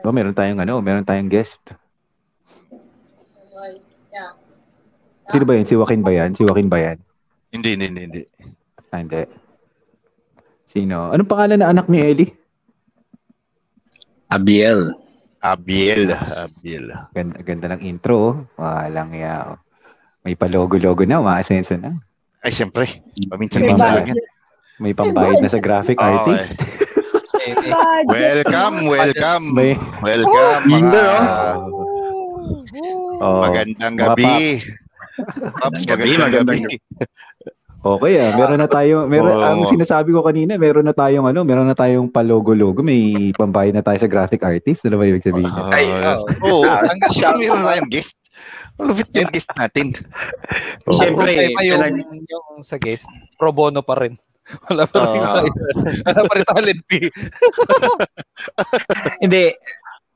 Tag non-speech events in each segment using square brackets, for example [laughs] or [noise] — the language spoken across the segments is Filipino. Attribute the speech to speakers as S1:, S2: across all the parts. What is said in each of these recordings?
S1: Oh, meron tayong ano, meron tayong guest. Sino ba yan? Si Joaquin ba yan? Si Joaquin ba yan?
S2: Hindi, hindi, hindi, hindi.
S1: Ah, hindi. Sino? Anong pangalan na anak ni Ellie?
S3: Abiel.
S2: Abiel. Abiel.
S1: Ganda, ganda ng intro. oh. Walang ya. oh. May pa-logo-logo na, umaasenso na.
S2: Ay, siyempre. Paminsan-minsan
S1: Diba?
S2: lang yan.
S1: May pambayad na sa graphic
S2: Oo,
S1: artist.
S4: Eh, eh,
S1: [laughs]
S2: Welcome, welcome. [laughs]
S1: May,
S2: Welcome, mga
S3: Hindi,
S1: oh,
S2: magandang
S1: Mga
S2: gabi. Paps,
S3: Gabi,
S2: magandang gabi.
S3: magandang
S1: okay ah. Meron na tayo, meron,
S2: Oo.
S1: ang sinasabi ko kanina, meron na tayong ano, meron na tayong pa-logo-logo. May pambayad na tayo sa graphic artist. Ano ba ibig sabihin? niya?
S3: Ay,
S2: Ah,
S3: oh.
S2: Oo,
S3: Ah,
S2: ang siya meron tayong guest. Malupit yung guest natin.
S1: Oo.
S3: Siyempre,
S4: okay pa yung,
S3: pinag-
S4: yung sa guest, pro bono pa rin. [laughs] Wala pa rin,
S2: Ah.
S4: wala pa rin talent
S1: [laughs]
S4: fee.
S3: [laughs] Hindi.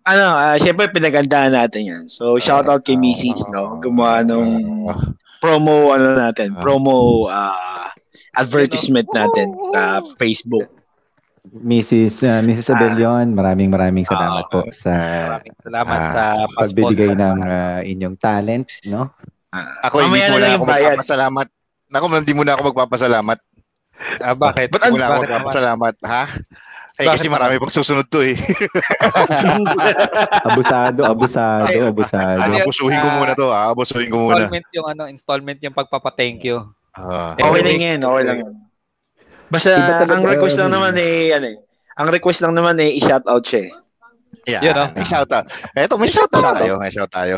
S3: Ano, ah, syempre pinagandaan natin yan. So, shout out kay Mrs. no? Gumawa nung promo, ano natin, promo ah, advertisement natin sa Facebook.
S1: Mrs. ah, Mrs. Abelion, maraming maraming salamat po sa
S4: Maraming salamat
S2: Ah.
S4: sa
S1: pagbibigay
S4: pa-sponsor.
S1: ng ah, inyong talent, no?
S3: Ah,
S2: Ako, hindi
S3: mamaya
S2: muna
S3: lang
S2: ako magpapasalamat. Ako, hindi muna ako magpapasalamat.
S4: Ah, bakit?
S2: Ba't hindi muna ako
S4: Bakit naman?
S2: magpapasalamat, ha? Eh,
S4: Bakit
S2: kasi
S4: naman?
S2: marami pang susunod to eh.
S1: [laughs] Abusado, abusado, abusado.
S4: Ano yun?
S2: Abusuhin ko
S4: Ah,
S2: muna to, ha? Abusuhin ko muna.
S4: Installment yung ano, installment yung pagpapa-thank you.
S2: Ah.
S3: Okay lang yan, okay lang yan. Basta,
S1: Iba talaga
S3: ang request lang
S1: yun.
S3: naman eh, ano eh, ang request lang naman eh, i-shout out siya eh.
S2: Yeah.
S4: Yun, oh.
S2: May shout out. Eto, may shout out
S3: Shout out.
S2: tayo. May shout tayo.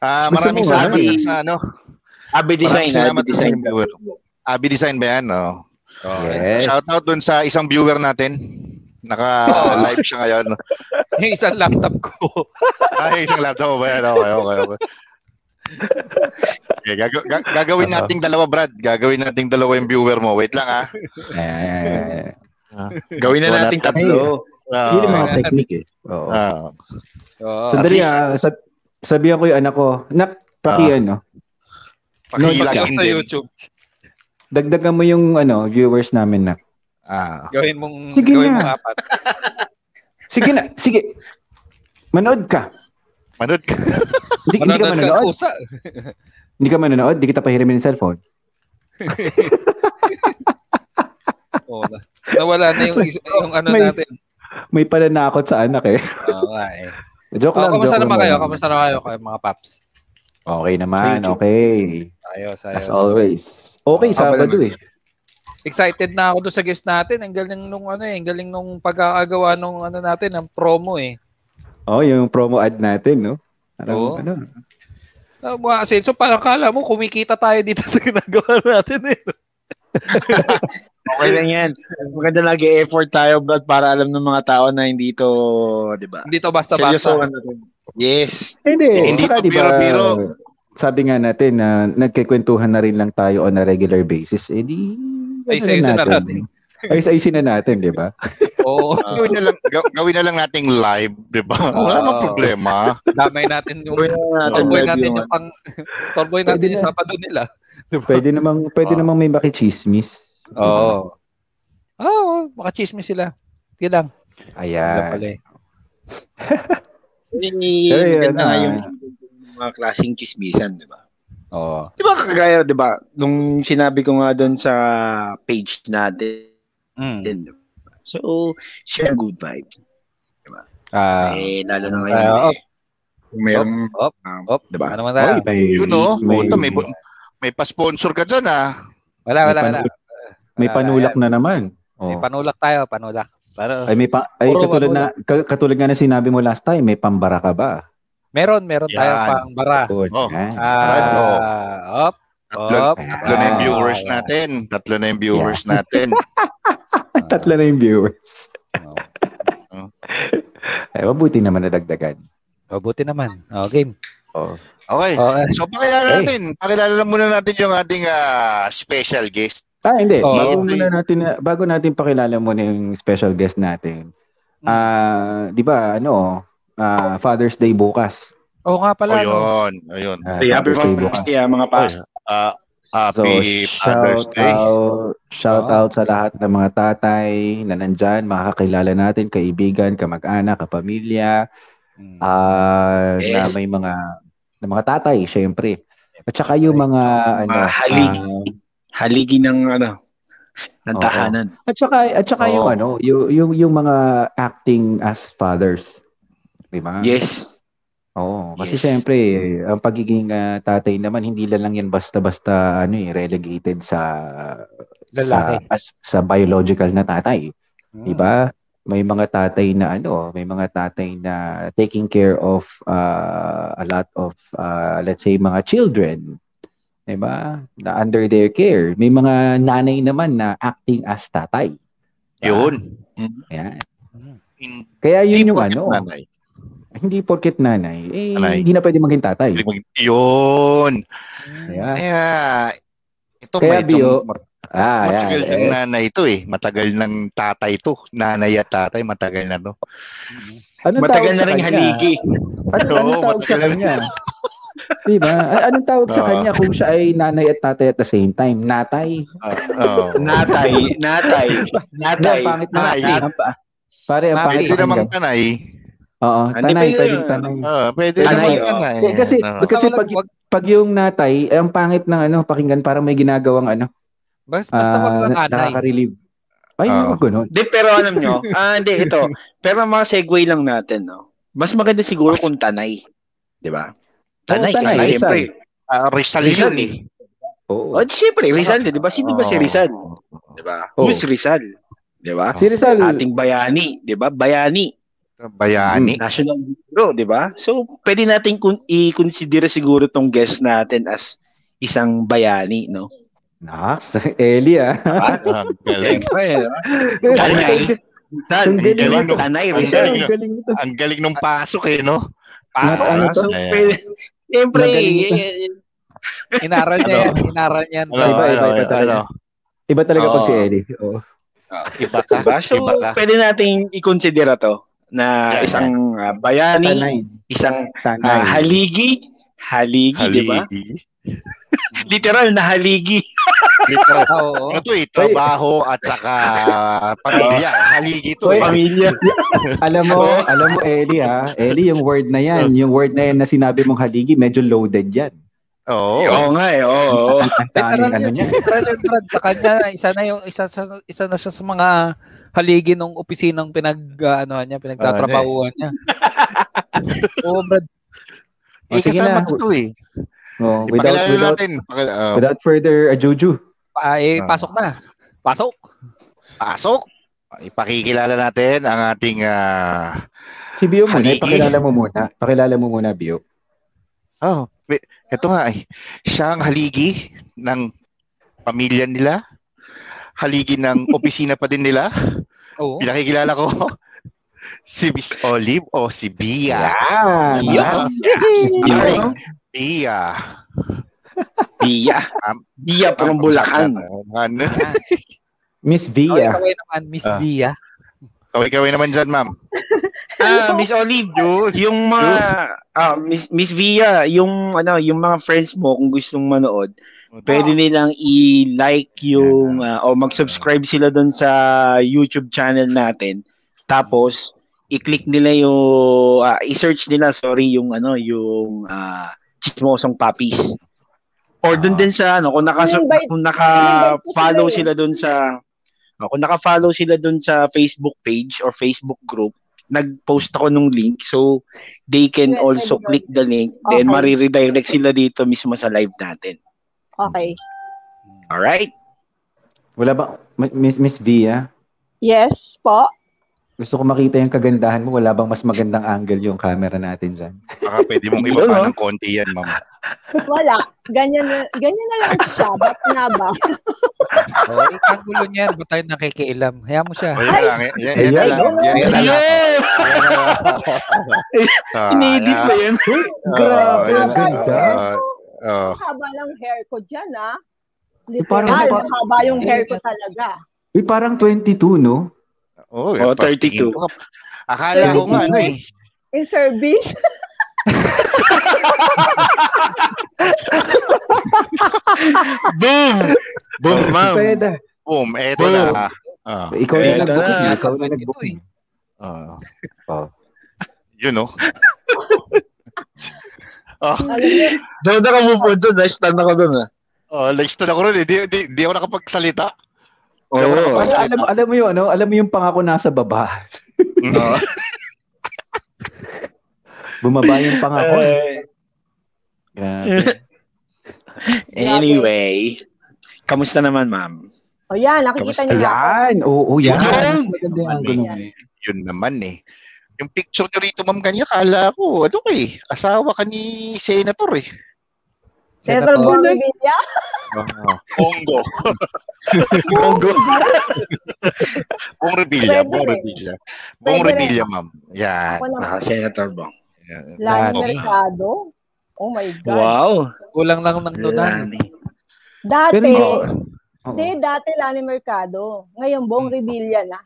S2: Ah,
S1: Gusto
S2: maraming
S1: mo,
S2: salamat
S3: Abi.
S2: sa ano.
S3: Abi Design,
S2: salamat
S3: Abi
S2: sa
S3: Design.
S2: inyo. Abi Design ba yan? No?
S1: Yes.
S2: Shout out dun sa isang viewer natin. Naka-live siya ngayon.
S4: Yung isang laptop
S1: [laughs]
S4: ko.
S2: Ay, isang laptop ba yan? Okay, okay, okay. Okay, gag- gag- gagawin nating dalawa, Brad. Gagawin nating dalawa yung viewer mo. Wait lang, ah.
S1: Eh,
S3: Gawin na
S1: Wala
S3: nating
S1: pa
S3: tatlo.
S2: Ah,
S1: yun yung mga
S4: okay.
S1: technique eh. Oo.
S2: ah.
S4: Oo.
S2: Sandali.
S1: Sandali
S2: least-
S1: ah, sab- sabihan ko yung anak ko, nak, paki ano,
S2: pakilagin
S4: sa
S2: din.
S4: YouTube.
S1: dagdagan mo yung ano, viewers namin na.
S2: Ah.
S4: Gawin mong
S1: Sige
S4: gawin
S1: na.
S4: mong apat.
S1: Sige na, sige. Manood ka.
S2: Manood ka.
S1: Hindi, hindi ka
S4: Manonood ka
S1: manonood.
S4: usa.
S1: Hindi ka manonood, hindi kita pahiramin ng cellphone.
S4: Oo na. Nawala na yung isa- yung ano
S1: May-
S4: natin.
S1: May pananakot sa anak eh. [laughs]
S4: Oo nga eh.
S1: Joke lang.
S4: Oh, kamusta
S1: joke
S4: naman
S1: lang.
S4: kayo? Kamusta naman kayo kayo mga paps?
S1: Okay naman,
S3: Thank you.
S1: okay.
S4: Ayos, ayos.
S1: As always. Okay,
S3: Okay
S1: Sabado eh.
S4: Excited na ako doon sa guest natin. Ang galing nung ano eh, ang galing nung pagkakagawa nung ano natin, ng promo eh.
S1: Oh, yung promo ad natin, no? Parang,
S4: Oo.
S1: ano,
S4: Ah, mga asenso, parang kala mo kumikita tayo dito [laughs] sa ginagawa natin eh.
S3: Okay lang yan. Maganda nag-e-effort tayo, Brad, para alam ng mga tao na hindi to, di ba?
S4: Dito basta-basta.
S1: ano?
S3: Seryosohan natin. Yes.
S1: Hindi,
S2: Oo. Eh, Hindi
S1: hindi
S2: to biro-biro.
S1: Sabi nga natin na nagkikwentuhan na rin lang tayo on a regular basis, eh di... ano
S4: Ayos-ayosin na
S1: Ayos-ayosin na natin, di ba?
S4: Oo.
S2: gawin na lang gaw- gawin na lang nating live, 'di ba? Wala
S4: Oo.
S2: nang problema.
S4: Damay natin yung
S3: Gawin na natin
S4: Torboy
S3: live
S4: natin
S3: yung ano.
S4: yung pang Torboy natin
S1: Pwede
S4: yung
S1: na.
S4: sapado nila.
S1: ano?
S2: [laughs]
S1: Pwede namang, pwede
S2: Ah.
S1: namang may makichismis.
S4: Oo. Oh. Oo, oh, makachismis sila. Yun lang. Wala pala
S1: Ayan.
S4: eh.
S1: Pero yun,
S3: Maganda nga
S1: ah.
S3: yung mga klaseng chismisan, di ba?
S4: Oo.
S3: Di ba kagaya, di ba? Nung sinabi ko nga doon sa page natin,
S4: Mm.
S3: di ba? So, share good vibes.
S4: Ah.
S3: eh, lalo na ngayon.
S4: Ah,
S3: eh. Kung mayroong,
S4: Op,
S3: um,
S4: op.
S3: di
S1: Diba?
S3: ba?
S4: Ano man tayo?
S1: Ay, may,
S2: Yun oh,
S1: may,
S2: puta, may bu- may pa-sponsor ka diyan ah.
S4: Wala, wala, wala.
S1: panulak. may
S4: Wala,
S1: panulak na naman.
S4: wala. May
S1: Oh.
S4: panulak tayo, panulak. Pero,
S1: Ay, may pa, ay,
S4: Puro
S1: katulad na, ka- katulad nga na sinabi mo last time, may pambara ka ba?
S4: meron, meron tayo
S2: Yan.
S4: pang bara.
S1: Good.
S2: Oh.
S1: Ah.
S2: Right, oh.
S4: Ah, op,
S2: Tatlo,
S4: op.
S2: tatlo na yung
S4: Ah,
S2: viewers
S4: yeah.
S2: natin. Tatlo na yung viewers natin.
S1: Tatlo na yung viewers.
S4: Oo.
S1: [laughs] Ay, mabuti naman nadagdagan.
S4: Oh, buti naman. Oh, game.
S1: Oh.
S2: Okay.
S4: Oh, eh.
S2: So pakilala
S1: Hey.
S2: natin. Pakilala muna natin yung ating ah, special guest.
S1: Ah, hindi.
S4: Oo.
S1: Bago muna natin bago natin pakilala muna yung special guest natin. Ah, 'di ba? Ano? ah, Father's Day bukas.
S4: oh nga
S2: O
S4: pala. no?
S2: yun, o yun.
S1: Ah,
S3: Ay, happy
S1: Father's Day
S2: Oh,
S3: birthday, ah, mga paas.
S2: Ah, Happy Father's
S1: shout
S2: Day.
S1: out, shout
S4: Oo.
S1: out sa lahat ng mga tatay na nandyan, makakilala natin, kaibigan, kamag-anak, kapamilya,
S4: Mm.
S1: ah
S3: Yes.
S1: na may mga na mga tatay, syempre. At saka yung mga ano,
S3: Mga halig.
S1: ah,
S3: Haligi ng ano, ng
S1: Oo.
S3: tahanan.
S1: at saka at saka
S2: Oo.
S1: yung ano, yung, yung yung mga acting as fathers. Di ba?
S3: Yes.
S1: Oo, kasi
S3: Yes.
S1: syempre ang pagiging ah, tatay naman hindi lang yan basta-basta ano eh relegated sa
S4: Lalaki.
S1: sa, as- sa biological na tatay,
S4: Mm.
S1: 'di ba? May mga tatay na ano, may mga tatay na taking care of ah, a lot of ah, let's say mga children, 'di ba? Na under their care. May mga nanay naman na acting as tatay.
S2: Yun.
S1: Ayan.
S4: Mm.
S1: Kaya
S2: Hindi
S1: yun yung
S2: porket
S1: ano,
S2: nanay.
S1: hindi porket nanay, eh,
S2: Nanay.
S1: hindi na pwede maging tatay.
S2: Hindi mag- Yun.
S4: Hmm.
S1: Ayan.
S2: Kaya, ito
S1: Kaya,
S2: may itong-
S1: Bio, Ah,
S2: matagal
S1: ayan.
S2: ng nanay ito eh. Matagal ng tatay to. Nanay at tatay, matagal na to.
S1: Anong
S3: Matagal
S1: tawag
S3: na
S1: sa
S3: rin
S1: kanya?
S3: haligi.
S1: Ano,
S2: Oo,
S1: anong tawag sa
S2: matagal
S1: kanya? [laughs] diba? A- Anong tawag sa
S2: Oo.
S1: kanya kung siya ay nanay at tatay at the same time? Natay?
S2: Ah, oo.
S3: Natay, natay,
S1: Hindi,
S3: natay.
S1: ang pangit na.
S2: Nanay.
S1: Ang pa- Pare, ang
S4: Nanay.
S1: pangit
S2: Pwede
S1: na.
S2: namang tanay.
S1: Oo,
S3: Hindi,
S1: tanay,
S3: pwede
S1: pwedeng
S3: yun.
S1: tanay.
S2: Ah, pwede
S3: Tanay,
S2: namang
S3: oo.
S2: tanay.
S1: Eh, kasi-
S2: Oo.
S4: Basta
S1: Kasi
S4: walang-
S1: pag-
S4: wag-
S1: Pag yung natay, eh, ang pangit ng ano, pakinggan parang may ginagawang ano.
S4: bas- basta wag
S1: ah,
S4: lang
S1: na-
S4: anay.
S1: Nakaka-relieve. Ay,
S2: Oo.
S1: oh. ganun.
S3: Hindi, pero alam nyo, [laughs] ah, hindi, ito. Pero mga segue lang natin, no? Mas maganda siguro
S2: Mas-
S3: kung tanay. Di ba? Tanay,
S1: Oh, tanay,
S3: kasi
S1: Rizal.
S3: siyempre.
S2: Ah, Rizal
S3: Rizal
S2: yun eh.
S1: Oo.
S3: O, siyempre, Rizal, oh, di ba? Sino ba
S1: Oh.
S3: si Rizal? Di ba?
S1: Oo.
S3: Who's Rizal? Di ba?
S1: Si Rizal,
S3: Ating bayani, di ba? Bayani.
S2: Ah, Bayani.
S3: National hero, di ba? So, pwede natin kun- i-consider siguro tong guest natin as isang bayani, no?
S1: Nax, Eli ah.
S2: Ah, ang
S3: [laughs]
S2: galing.
S3: Siyempre, di ba? Tanay.
S1: Tanay.
S3: Tan-
S1: Ang galing
S3: Rizal,
S2: nito.
S3: Tanay,
S2: Ang
S3: Rizal.
S2: galing.
S1: Ang galing nito.
S2: Ang galing nung pasok eh, no?
S1: Pasok. Ano to?
S3: So,
S2: Ayan.
S3: pwede, siyempre,
S1: Magaling ito.
S3: eh, eh,
S4: Inaral niya yan. Inaral niya yan.
S2: Ano,
S1: Iba, iba,
S2: ano,
S1: iba talaga.
S2: ano,
S1: Iba talaga pag
S3: Oo.
S1: si Eli. Oo.
S2: Iba ka.
S3: Diba? So,
S2: Iba ka.
S3: pwede nating i-consider to na
S2: Yeah,
S3: isang ah, bayani,
S1: Tanay.
S3: isang ah,
S1: Tanay.
S3: haligi, haligi, di ba?
S2: Haligi.
S3: Literal na haligi.
S2: Literal.
S4: Oo.
S2: Ano to eh, trabaho at saka pamilya. Haligi to eh. [laughs]
S3: Pamilya.
S1: Alam mo, alam mo, Eli ha. Eli, yung word na yan,
S2: Oh.
S1: yung word na yan na sinabi mong haligi, medyo loaded yan.
S2: Oo.
S3: Oo nga eh, oo.
S1: Ang
S4: Literal
S1: daming ano
S4: yun.
S1: niya.
S4: Literal yun, Brad. Sa kanya, isa na yung isa sa isa na siya sa mga haligi ng opisinang pinag ah, ano niya, pinagtatrabahuan
S2: [laughs]
S4: niya. Oo, Brad.
S2: Eh,
S1: O, sige na.
S2: kasama ko to eh.
S1: Oh, without,
S2: Pakilala
S1: without,
S2: natin. Pakil- ah,
S1: without further ajuju.
S4: Pa, eh, pasok na. Pasok.
S2: Pasok. Ipakikilala natin ang ating ah,
S1: Si Bio muna,
S2: Haligi.
S1: pakilala mo muna. Pakilala mo muna, Bio.
S2: oh, wi- ito nga eh. Siya ang haligi ng pamilya nila. Haligi ng opisina pa din nila.
S4: Oo.
S2: Pinakikilala ko [laughs] si Miss Olive o si Bia.
S1: Yan.
S2: Yeah.
S3: Bia.
S2: Bia.
S3: Bia.
S2: Am-
S3: Bia from Bulacan.
S2: Ano?
S1: Miss
S4: Kaway,
S1: Via.
S4: kaway naman, Miss
S2: Ah.
S4: Bia.
S2: Kaway-kaway naman dyan, ma'am.
S3: Ah, Miss Olive,
S2: Yun.
S3: yung mga ah, Miss Miss Via, yung ano, yung mga friends mo kung gustong manood, pwede nilang i-like yung ah, o mag-subscribe sila doon sa YouTube channel natin. Tapos i-click nila yung ah, i-search nila sorry yung ano yung ah, Chismosong Papis. Or doon din sa ano kung naka
S5: Invite- ano
S3: kung naka-follow
S5: invite ko sila eh?
S3: sila doon sa ah, kung naka-follow sila doon sa Facebook page or Facebook group nag-post ako nung link so they can
S5: Well,
S3: also
S5: pwede
S3: click the link then
S5: Okay.
S3: mariredirect sila dito mismo sa live natin.
S5: Okay.
S3: All right?
S1: Wala ba? Ma- Miss, Miss Via?
S5: Yes po.
S1: Gusto ko makita yung kagandahan mo. Wala bang mas magandang angle yung camera natin dyan?
S2: Baka pwede mong
S3: Yun,
S2: ibaba
S3: oh.
S2: ng konti yan, ma'am.
S5: Wala. Ganyan na, ganyan na lang siya. Ba't nga
S1: [laughs]
S5: ba?
S4: Oh, ang gulo niya, ba't tayo nakikialam? Hayaan mo siya.
S2: Ayan na lang. Yan, yan, yan na lang. Yan, yan na lang.
S3: Yeah!
S2: Yan na lang. [laughs] Ah,
S3: Inedit ba yan?
S2: Oo,
S1: Grabe,
S2: yan.
S5: ang ganda.
S1: Ah.
S2: ah, Oo, oo.
S5: Ang haba ng hair ko dyan, ah.
S1: parang-
S5: Literal, ang haba yung hair ko talaga.
S1: Uy, parang 22, no?
S2: Oh,
S3: Oh, 32.
S2: Akala ko nga, ano eh.
S5: In service?
S3: Boom! Boom, ma'am.
S1: Pwede.
S2: Boom, eto
S3: Boom.
S2: na. Ah,
S1: Ikaw na
S3: Eto
S1: nag-book.
S3: na.
S1: eh. Ikaw na nag-book. eh.
S2: ah.
S1: Oh.
S2: you know. oh,
S5: Alam niyo,
S3: Doon na ka move doon. Stand ako doon. ah.
S2: oh, like stun ako rin eh. Di, di, di ako nakapagsalita. Oh,
S3: Oo.
S1: Para alam, alam mo yun, ano? Alam mo yung pangako nasa baba.
S3: Oo.
S1: [laughs] Bumaba yung pangako. eh.
S3: Eh,
S1: Grabe.
S3: Anyway, kamusta naman, ma'am?
S5: o oh, yan, nakikita niyo na.
S1: Yan. Oo, oo, yan.
S2: Yan.
S1: Mas Maganda yung angle mo.
S2: Yun naman eh. Yung picture nyo rito, ma'am, kanya, kala ko, ano ko eh, asawa ka ni Senator eh.
S5: Senator
S4: Senator.
S5: Bongo Villa.
S2: Bongo.
S3: Bongo.
S2: Bong Revilla.
S5: Pwede
S2: Bong
S5: rin.
S2: Revilla. Bong
S5: Pwede rin.
S2: Revilla, ma'am. Yan.
S5: Ako na,
S3: Ah, Senator Bong.
S2: Yan.
S5: Lani
S2: Bong.
S5: Mercado. Oh my God.
S3: Wow.
S4: Kulang lang ng donan.
S3: Lani.
S5: Dati,
S1: Pero- Oo.
S5: hindi, dati Lani Mercado. Ngayon,
S3: Hmm.
S5: Bong Revilla
S3: [laughs]
S5: na.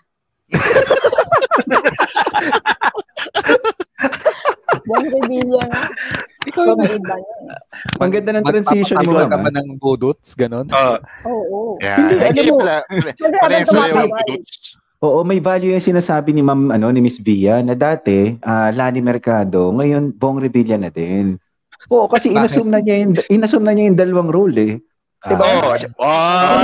S5: Bong Revilla na.
S4: Ikaw yung
S5: Pag-iba na.
S1: Ang ganda ng transition mo, ah,
S4: Magpapakagawa ka
S1: ma'am,
S4: ba ng budots? Ganon?
S3: Oh,
S5: Oo.
S2: Yan.
S1: Hindi,
S2: Ay,
S1: alam
S2: kaya
S1: mo-
S2: pala, pala-
S5: Siyempre,
S2: pala
S5: habang
S2: yan sa'yo yung
S5: tumatawal.
S2: dudes.
S1: Oo, may value yung sinasabi ni Ma'am ano ni Miss Via na dati ah, Lani Mercado, ngayon Bong Revilla na din. Oo, kasi
S4: Bakit?
S1: inassume na niya yung inassume na niya yung dalawang role eh. Diba?
S4: Ah,
S2: Oh, si- oh,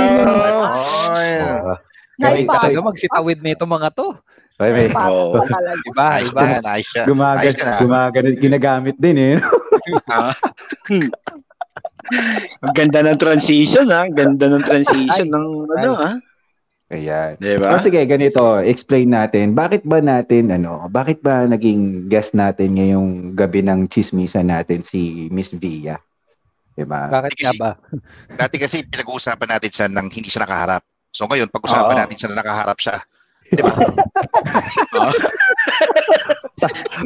S2: ay.
S1: Ah,
S4: Galing
S5: Naipa-
S4: talaga magsitawid nito mga to. Diba?
S1: Bye bye.
S5: Naipa-
S3: Oo.
S5: pa talaga.
S4: Iba,
S3: Ah,
S2: Ayos
S4: iba.
S2: na yan, ayos na.
S1: Gumaga,
S2: Ayos ka na.
S1: gumaga, ginagamit din eh. [laughs]
S3: ang ganda ng transition, ha? Ang ganda ng transition
S4: Ay,
S3: ng ano, ha?
S1: Ayan.
S3: Diba?
S1: O sige, ganito, explain natin. Bakit ba natin, ano, bakit ba naging guest natin ngayong gabi ng chismisan natin si Miss Via? Diba?
S4: Bakit nga ba?
S2: Dati kasi pinag-uusapan natin siya nang hindi siya nakaharap. So ngayon, pag-usapan
S3: Oo.
S2: natin siya na nakaharap siya.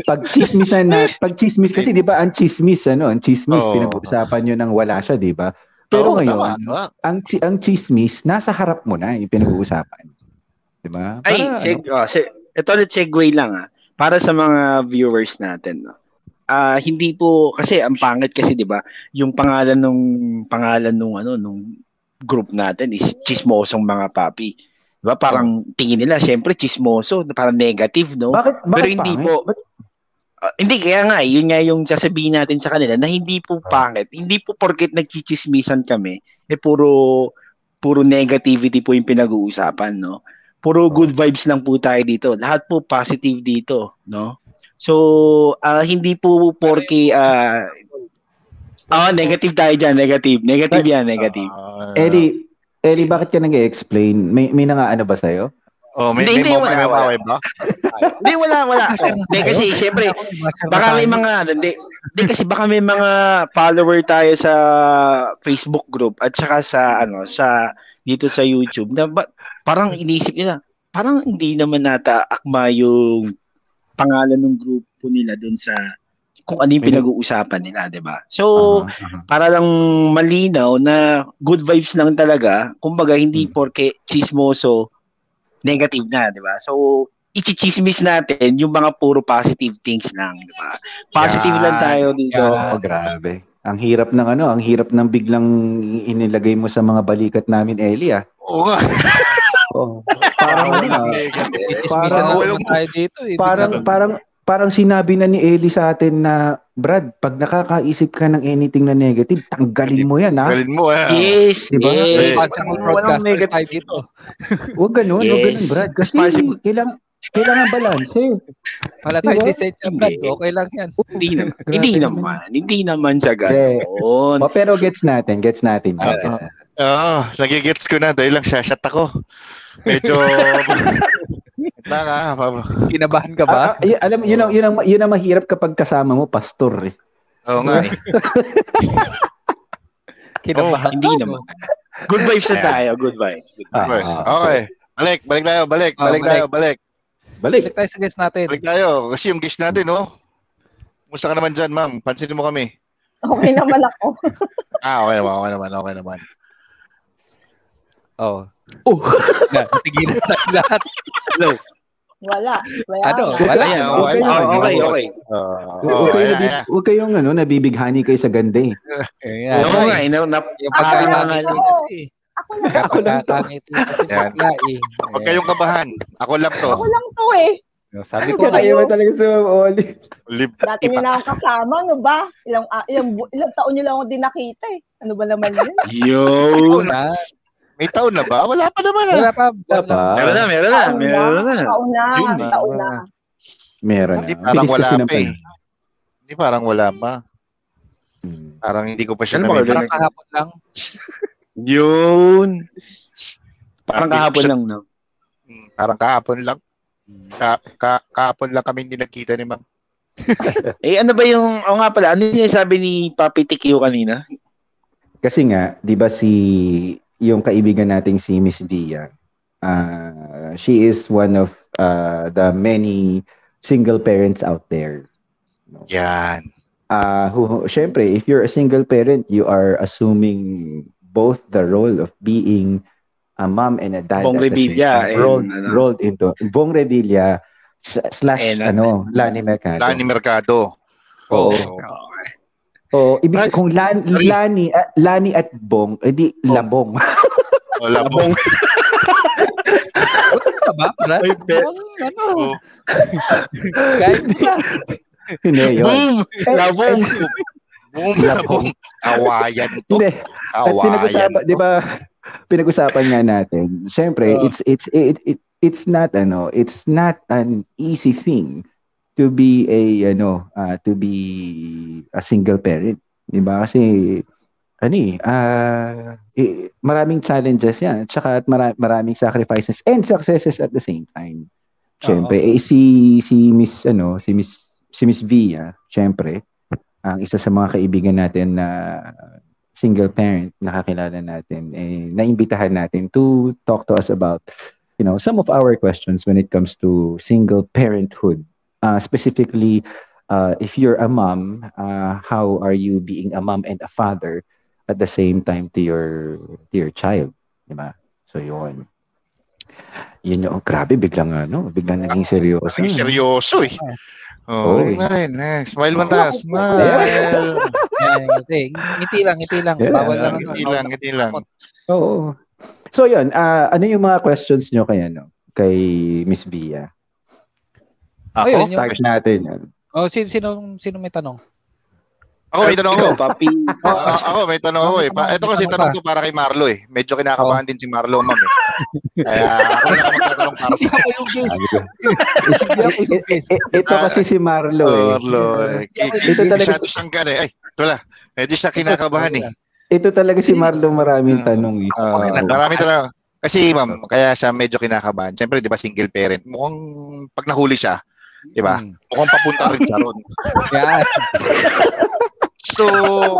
S1: pag chismisan na, pag chismis kasi 'di ba ang chismis ano, ang chismis
S2: Oo.
S1: pinag-uusapan niyo nang wala siya, 'di ba? Pero
S2: Oo,
S1: ngayon,
S2: tama, tama.
S1: ang chi- ang chismis nasa harap mo na 'yung pinag-uusapan. 'Di ba?
S3: Ay,
S1: Para, ano,
S3: seg- oh, se- ito ulit segue lang ah. Para sa mga viewers natin, no. Ah, hindi po kasi ang pangit kasi 'di ba, yung pangalan nung pangalan nung ano nung group natin is chismosong mga papi. 'Di ba? Parang tingin nila syempre chismoso, parang negative,
S1: ano,
S3: no?
S1: bakit bakit
S3: Pero hindi
S1: pangit?
S3: po.
S1: Ba't-
S3: Ah, hindi kaya nga, eh, yun nga yung sasabihin natin sa kanila na hindi po pangit. Hindi po porket nagchichismisan kami, eh puro puro negativity po yung pinag-uusapan, no? Puro good vibes lang po tayo dito. Lahat po positive dito, no? So, ah, hindi po porke ah ah, negative tayo dyan, negative. Negative yan, negative.
S2: Ah,
S1: Ellie, Ellie, bakit ka nag-explain? May may nangaano ba sa'yo?
S2: oh, may,
S3: Hindi,
S2: may, may,
S3: hindi, wala,
S2: may
S3: wala.
S2: mawaway ba?
S3: Hindi, wala, wala. Hindi, kasi, syempre,
S4: Diba
S3: Baka may mga ano, hindi, hindi kasi baka may mga follower tayo sa Facebook group at saka sa ano sa dito sa YouTube na ba, parang inisip nila parang hindi naman nata akma yung pangalan ng grupo nila doon sa kung ano yung
S1: May-
S3: pinag-uusapan nila, 'di ba? So, para lang malinaw na good vibes lang talaga, kumbaga hindi porke chismoso negative na, 'di ba? So ichichismis natin yung mga puro positive things lang, 'di ba? Positive
S2: Yan.
S3: lang tayo dito.
S1: Oh, grabe. Ang hirap ng ano, ang hirap ng biglang inilagay mo sa mga balikat namin, Ellie ah.
S2: Oo nga.
S1: Oo. Parang ano, ah,
S4: Chismisan
S1: Parang-
S4: na naman tayo dito eh.
S1: parang
S4: Bigla-
S1: parang parang sinabi na ni Eli sa atin na Brad, pag nakakaisip ka ng anything na negative, tanggalin mo 'yan ah. ha.
S2: Galin mo eh.
S3: Yes,
S1: Diba?
S3: yes.
S4: Responsible
S3: Walang- walang
S4: broadcaster
S3: negative.
S4: tayo dito.
S1: Huwag ganoon, huwag
S3: Yes.
S1: ganoon Brad. Kasi
S3: Responsible.
S1: kailangan kailangan balance. Eh.
S4: Wala tayo
S1: Diba?
S4: disenchantment.
S3: Hindi.
S4: Okay lang yan.
S3: Hindi naman, hindi naman, hindi naman siya
S1: O,
S3: ganoon.
S1: Oh, pero gets natin, gets natin.
S4: Ah,
S1: Gets natin.
S2: Oo, nagigets ko na. Dahil lang siya, shot ako.
S3: [laughs]
S2: Medyo... Taka, Pablo.
S4: Kinabahan ka ba?
S1: Ah, ah, y- alam yun ang, yun ang yun ang mahirap kapag kasama mo pastor eh.
S2: Oo nga eh.
S4: Kinabahan
S3: Oh, Hindi
S4: ka,
S3: naman. Good vibes na tayo, good vibes. Good
S1: Ah,
S2: Yes.
S1: ah,
S2: Okay. Balik, balik tayo, balik,
S4: Ah,
S2: balik tayo, balik.
S1: Balik.
S4: Balik tayo sa guest natin.
S2: Balik tayo. Kasi yung guest natin, oh. Kumusta ka naman dyan, ma'am? Pansinin mo kami.
S5: Okay naman ako.
S2: Ah, okay naman, okay naman, okay naman.
S4: Oh.
S1: Oh. [laughs]
S4: Yan, Tigilan tayo lahat.
S5: Wala. Wala.
S4: Ano?
S5: na.
S4: Wala.
S2: Ayan,
S3: Oh,
S2: wala.
S3: okay, okay.
S2: Ah,
S1: Huwag
S2: oh,
S1: kayo,
S2: ayan,
S1: nabi-
S2: ayan.
S1: huwag kayong ano, nabibighani kayo sa ganda eh.
S4: Ayan.
S3: Oo nga, eh, na, na,
S4: Yung
S5: Ako lang
S4: pagkakangiti
S5: to.
S4: kasi.
S5: Ako lang.
S1: Ako lang to.
S4: Pagkakangiti kasi
S2: Ayan.
S4: bigla eh.
S2: Huwag kayong kabahan. Ako lang to.
S5: Ako lang to eh.
S4: Ayan. Sabi ko,
S5: Ano ba kayo?
S1: Kakaiba talaga sa Ma'am Oli.
S2: Lib-
S5: Dati niyo na akong kasama, ano ba? Ilang, ah, ilang, bu- ilang taon niyo lang ako dinakita eh. Ano ba naman yun?
S3: yo.
S4: na,
S2: May taon na ba? Wala pa naman ah.
S4: wala pa.
S1: Wala pa.
S3: Meron na, meron na,
S5: Taon na.
S3: meron na.
S5: Taon na.
S3: June eh.
S5: Taon na.
S1: Meron na.
S2: Hindi parang
S1: Bilis
S2: wala
S1: kasi ng
S2: pa eh.
S1: panahon.
S2: Hindi parang wala pa.
S1: Mm.
S2: Parang hindi ko pa siya
S3: Ano ba
S2: namimili.
S4: Parang kahapon lang.
S3: Yun. Parang kahapon lang, no?
S2: Mm, Parang kahapon lang. Ka, ka, kahapon lang kami hindi nagkita ni Ma'am.
S3: Eh, ano ba yung, o nga pala, ano yung sabi ni Papi Tikyo kanina?
S1: Kasi nga, di ba si, yung kaibigan nating si Miss Dia, ah, she is one of ah, the many single parents out there.
S2: Yan.
S1: Ah, who, syempre, if you're a single parent, you are assuming both the role of being a mom and a dad.
S3: Bong
S1: at the same
S3: Revilla
S1: time,
S3: and
S1: rolled,
S3: ano.
S1: rolled into Bong Revilla s- slash
S3: And,
S1: ano, Lani Mercado.
S2: Lani Mercado.
S1: Oo. Oo, ibig
S2: Ay,
S1: kung lan,
S2: sorry. Oh.
S1: Lani, ah, Lani at Bong, edi Labong. [laughs]
S2: Wala po.
S4: Ano ba, Brad?
S3: Ay, pe-
S4: Ano, ano? Kahit na.
S1: Hindi yun. Eh,
S3: Boom! Labong!
S2: Boom.
S1: Labong.
S2: Kawayan to.
S1: Hindi. At
S2: Oh, Kawayan.
S1: pinag-usapan, di ba, pinag-usapan nga natin. Syempre,
S2: Oh.
S4: Oo.
S1: it's it's it, it it's not ano, it's not an easy thing to be a ano, ah, to be a single parent, di ba? Kasi ano eh, ah, eh, maraming challenges 'yan, at saka at mara- maraming sacrifices and successes at the same time. Siyempre, eh, si si Miss ano, si Miss si Miss Via, siyempre, ang isa sa mga kaibigan natin na single parent na kakilala natin eh naimbitahan natin to talk to us about you know some of our questions when it comes to single parenthood. Uh, specifically uh, if you're a mom, uh, how are you being a mom and a father at the same time to your to your child, di ba? So yun. Yun yung, oh, grabe, biglang ano, biglang naging seryoso.
S2: Ay, seryoso eh.
S1: Oo,
S2: Oh,
S1: eh.
S2: ay, nice. Smile man tayo. Smile.
S1: Yeah.
S4: Ayan, Ngiti Ngiti lang, ngiti lang.
S1: Yeah.
S4: Bawal lang. ano,
S2: Ngiti lang, ngiti lang.
S1: Oo. So yun, ah, ano yung mga questions nyo kay ano? Kay Miss Bia?
S2: Ano?
S4: Ayun, yung-
S1: Start natin yan.
S4: Oh, sino, sino, sino may tanong?
S2: Ako, may tanong ako.
S3: Ikaw, Papi.
S2: [laughs] Ah, ah, ako, may tanong ako eh. Pa- ito kasi tanong ko para kay Marlo eh. Medyo
S1: Oh.
S2: kinakabahan din si Marlo, ma'am eh. Kaya ako na lang magtatanong para
S4: Hindi
S2: sa
S4: ako yung guest. Hindi ako yung guest.
S1: I- ito kasi si Marlo eh.
S2: Marlo. eh. Ki- ki-
S1: Ito talaga-
S2: Masyado siyang gan eh. Ay, ito lang. Medyo siya kinakabahan eh.
S1: Ito talaga si Marlo maraming tanong eh.
S2: Ah, marami talaga. Kasi ma'am, kaya siya medyo kinakabahan. Siyempre, di ba, single parent. Mukhang pag nahuli siya, di ba?
S4: Mm.
S2: Mukhang papunta rin siya ron.
S4: Yan.
S2: So,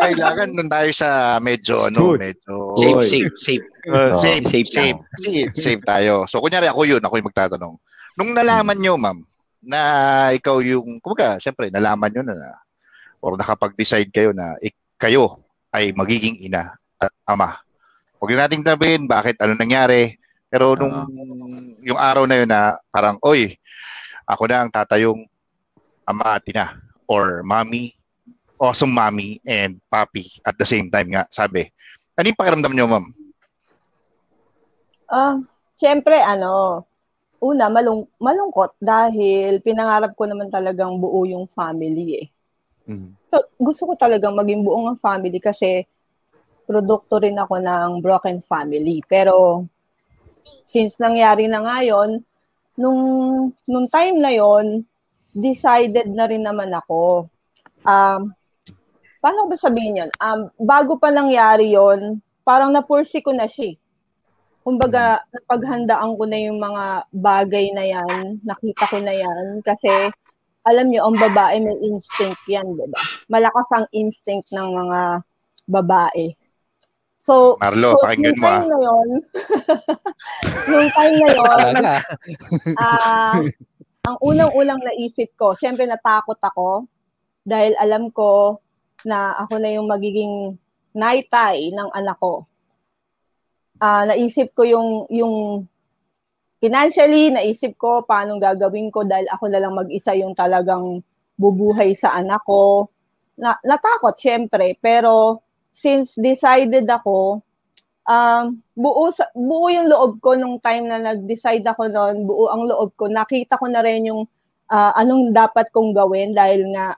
S2: kailangan nun tayo sa medyo, ano,
S1: Good.
S2: medyo...
S1: Safe,
S3: Safe,
S1: Oy.
S3: safe, safe.
S2: Uh,
S1: safe,
S2: safe, safe,
S3: safe
S2: safe. Kasi safe tayo. So, kunyari ako yun, ako yung magtatanong. Nung nalaman nyo, ma'am, na ikaw yung, kumbaga, siyempre, nalaman nyo na, na or nakapag-decide kayo na ik- kayo ay magiging ina at ama. Huwag na nating tabihin bakit, ano nangyari. Pero nung yung araw na yun na parang, oy, ako na ang tatayong ama at ina or mommy, awesome mommy and papi at the same time nga, sabi. Ano yung pakiramdam nyo, ma'am?
S5: Ah, Siyempre, ano, una, malung malungkot dahil pinangarap ko naman talagang buo yung family eh.
S1: Mm.
S5: So, gusto ko talagang maging buong ang family kasi produkto rin ako ng broken family. Pero since nangyari na nga yun, nung, nung time na yon decided na rin naman ako. Um, paano ko ba sabihin yun? Um, bago pa nangyari yon parang napursi ko na siya. eh. Kumbaga, napaghandaan ko na yung mga bagay na yan, nakita ko na yan, kasi alam nyo, ang babae may instinct yan, di ba? Malakas ang instinct ng mga babae. So,
S2: Marlo,
S5: so nung
S2: pakinggan mo ah.
S5: time na yun, [laughs] nung time na yun,
S4: Talaga.
S5: Ah, ang unang-unang naisip ko, siyempre natakot ako dahil alam ko na ako na yung magiging naitay ng anak ko. Ah, naisip ko yung yung financially, naisip ko paano gagawin ko dahil ako na lang mag-isa yung talagang bubuhay sa anak ko. Na, natakot, syempre. Pero since decided ako, um, buo, sa, buo yung loob ko nung time na nag-decide ako noon, buo ang loob ko. Nakita ko na rin yung uh, anong dapat kong gawin dahil nga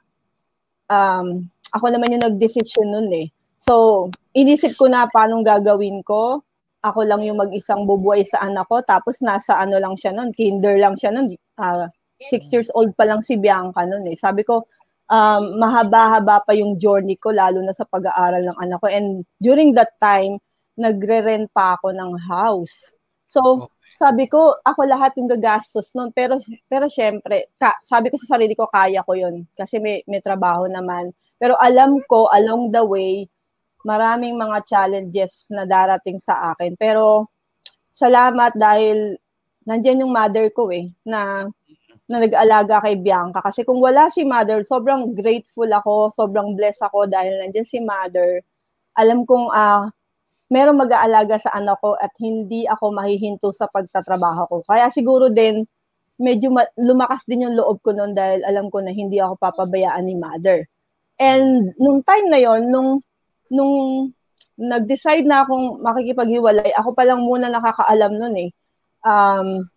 S5: um, ako naman yung nag-decision noon eh. So, inisip ko na paano gagawin ko ako lang yung mag-isang bubuhay sa anak ko. Tapos nasa ano lang siya noon, kinder lang siya noon. Uh, six years old pa lang si Bianca noon eh. Sabi ko, um, mahaba-haba pa yung journey ko, lalo na sa pag-aaral ng anak ko. And during that time, nagre-rent pa ako ng house. So, sabi ko, ako lahat yung gagastos noon. Pero, pero syempre, ka, sabi ko sa sarili ko, kaya ko yun. Kasi may, may trabaho naman. Pero alam ko, along the way, maraming mga challenges na darating sa akin. Pero salamat dahil nandiyan yung mother ko eh, na, na nag-alaga kay Bianca. Kasi kung wala si mother, sobrang grateful ako, sobrang blessed ako dahil nandiyan si mother. Alam kong uh, merong mag-aalaga sa anak ko at hindi ako mahihinto sa pagtatrabaho ko. Kaya siguro din, medyo ma- lumakas din yung loob ko noon dahil alam ko na hindi ako papabayaan ni mother. And nung time na yon, nung nung nag-decide na akong makikipaghiwalay, ako pa lang muna nakakaalam nun eh. Um,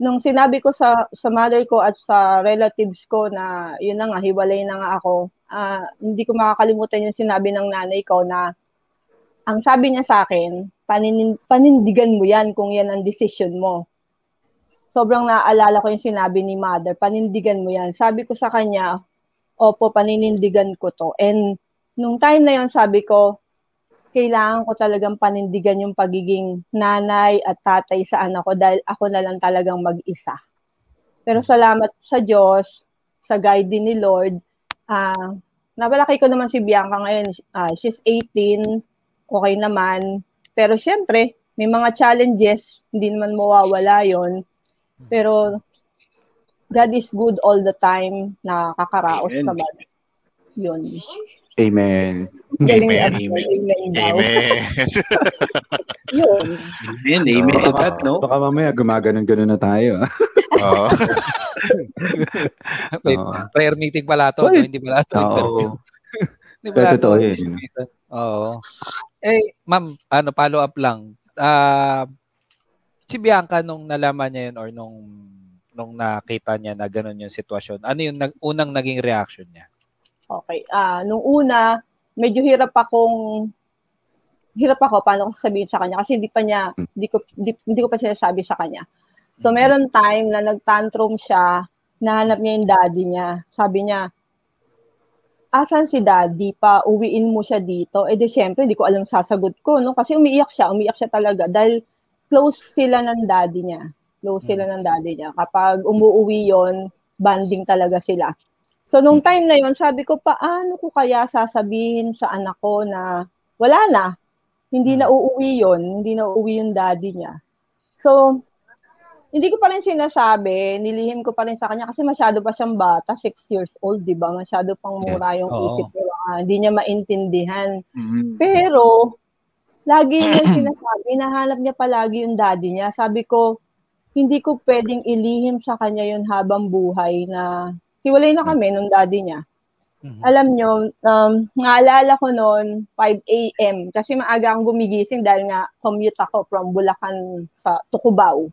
S5: nung sinabi ko sa, sa mother ko at sa relatives ko na yun na nga, hiwalay na nga ako, uh, hindi ko makakalimutan yung sinabi ng nanay ko na ang sabi niya sa akin, panin, panindigan mo yan kung yan ang decision mo. Sobrang naaalala ko yung sinabi ni mother, panindigan mo yan. Sabi ko sa kanya, opo, paninindigan ko to. And nung time na yon sabi ko, kailangan ko talagang panindigan yung pagiging nanay at tatay sa anak ko dahil ako na lang talagang mag-isa. Pero salamat sa Diyos, sa guide ni Lord. Uh, napalaki ko naman si Bianca ngayon. Uh, she's 18, okay naman. Pero syempre, may mga challenges, hindi naman mawawala yon Pero God is good all the time, nakakaraos
S3: Amen.
S5: naman. Yun.
S1: Amen.
S5: Galing
S2: Amen.
S5: na- Amen. daw.
S2: Amen.
S5: Yun.
S3: Amen, amen to that, eh, no?
S1: Baka mamaya gumaganon-ganon na tayo.
S2: [laughs] Oo.
S1: Oo.
S4: Prayer meeting pala to, no?
S1: Sorry.
S4: hindi pala to. interview.
S1: Oo.
S4: Hindi pala
S1: Eh, Totoo
S4: to.
S1: yun.
S4: dismissal. Oo. Eh, ma'am, ano, follow up lang. Ah, si Bianca, nung nalaman niya yun or nung nung nakita niya na ganun yung sitwasyon, ano yung nag- unang naging reaction niya?
S5: Okay. Ah, nung una, medyo hirap akong hirap ako paano ko sasabihin sa kanya kasi hindi pa niya hindi ko hindi, hindi ko pa sinasabi sa kanya. So meron time na nagtantrum siya, nahanap niya yung daddy niya. Sabi niya, "Asan si daddy pa? Uwiin mo siya dito." Eh di syempre, hindi ko alam sasagot ko, no? Kasi umiiyak siya, umiiyak siya talaga dahil close sila ng daddy niya. Close sila ng daddy niya. Kapag umuwi yon, banding talaga sila. So, nung time na yon sabi ko, paano ko kaya sasabihin sa anak ko na wala na, hindi na uuwi yon hindi na uuwi yung daddy niya. So, hindi ko pa rin sinasabi, nilihim ko pa rin sa kanya kasi masyado pa siyang bata, 6 years old, di ba? Masyado pang mura yung
S4: Oo.
S5: isip niya, ah, hindi niya maintindihan.
S2: Mm-hmm.
S3: Mhm.
S5: Pero, lagi niya sinasabi, nahanap niya palagi yung daddy niya. Sabi ko, hindi ko pwedeng ilihim sa kanya yun habang buhay na hiwalay na kami nung daddy niya.
S4: Mhm.
S5: Alam niyo, um, naalala ko noon, 5 a.m. Kasi maaga akong gumigising dahil nga commute ako from Bulacan sa Tucubao.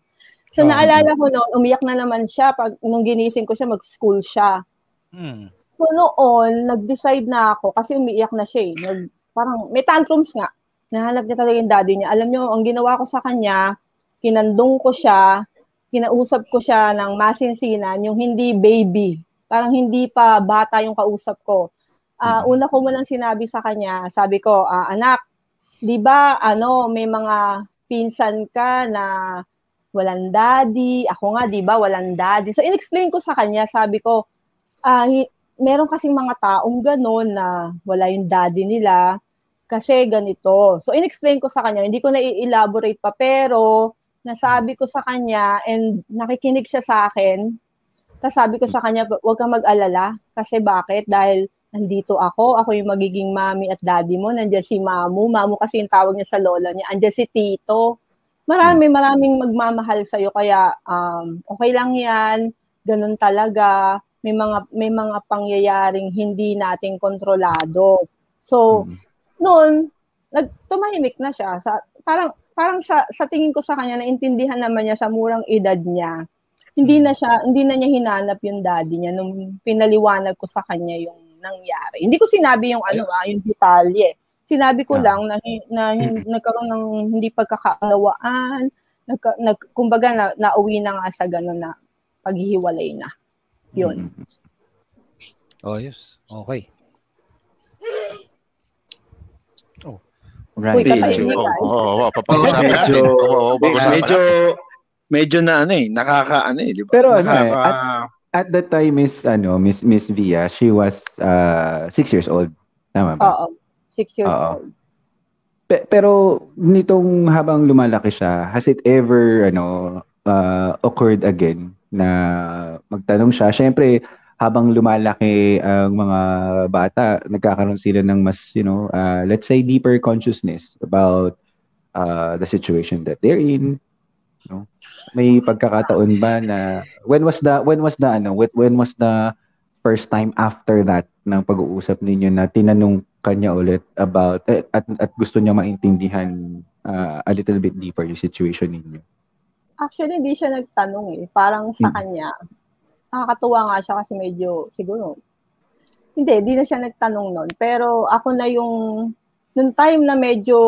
S5: So
S4: Oh.
S5: naalala ko noon, umiyak na naman siya. Pag, nung ginising ko siya, mag-school siya.
S4: Hmm.
S5: So noon, nag-decide na ako kasi umiiyak na siya eh. Nag, parang may tantrums nga. Nahanap niya talaga yung daddy niya. Alam niyo, ang ginawa ko sa kanya, kinandong ko siya, kinausap ko siya ng masinsinan, yung hindi baby. Parang hindi pa bata yung kausap ko. Ah, Una ko munang sinabi sa kanya, sabi ko, "Ah, anak, di ba ano, may mga pinsan ka na walang daddy. Ako nga, di ba, walang daddy. So, in-explain ko sa kanya, sabi ko, ah, hi- meron kasing mga taong gano'n na wala yung daddy nila kasi ganito. So, in-explain ko sa kanya, hindi ko na i-elaborate pa, pero nasabi ko sa kanya and nakikinig siya sa akin. Tapos sabi ko sa kanya, huwag kang mag-alala kasi bakit? Dahil nandito ako, ako yung magiging mami at daddy mo, nandiyan si mamu, mamu kasi yung tawag niya sa lola niya, andyan si tito, Marami, maraming magmamahal sa iyo kaya um, okay lang 'yan. Ganun talaga. May mga may mga pangyayaring hindi natin kontrolado. So, noon nagtumahimik na siya sa parang parang sa sa tingin ko sa kanya naintindihan naman niya sa murang edad niya. Hindi na siya hindi na niya hinanap yung daddy niya nung pinaliwanag ko sa kanya yung nangyari. Hindi ko sinabi yung ano ah, yung detalye sinabi ko
S1: Yeah.
S5: lang na, hi- na hin- nagkaroon ng hindi pagkakaunawaan, nagka, nag, kumbaga na, nauwi na nga sa ganun na paghihiwalay na. Yun.
S4: Oh, yes. Okay.
S1: Right.
S5: Uy, kapatid.
S2: Oo, oo, oo, papag-usapan
S3: Medyo-
S2: natin. Oo, oo, pag-usapan
S3: medyo, medyo na ano eh, nakaka ano eh, di ba?
S1: Pero ano eh,
S3: Nakaka-
S1: At that time, Miss ano, Miss Miss Via, she was uh, six years old. Tama ba?
S5: Oo. Six years
S1: Mm-hmm. Oo.
S5: old.
S1: Pe- pero nitong habang lumalaki siya, has it ever ano uh, occurred again na magtanong siya? Syempre, habang lumalaki ang mga bata, nagkakaroon sila ng mas, you know, uh, let's say deeper consciousness about uh, the situation that they're in. No? May pagkakataon ba na when was the when was the ano when, when was the first time after that ng pag-uusap ninyo na tinanong kanya ulit about eh, at at gusto niya maintindihan uh, a little bit deeper yung situation ninyo.
S5: Actually, hindi siya nagtanong eh. Parang sa
S1: Hmm.
S5: kanya, nakakatuwa nga siya kasi medyo, siguro, hindi, hindi na siya nagtanong nun. Pero ako na yung, nung time na medyo,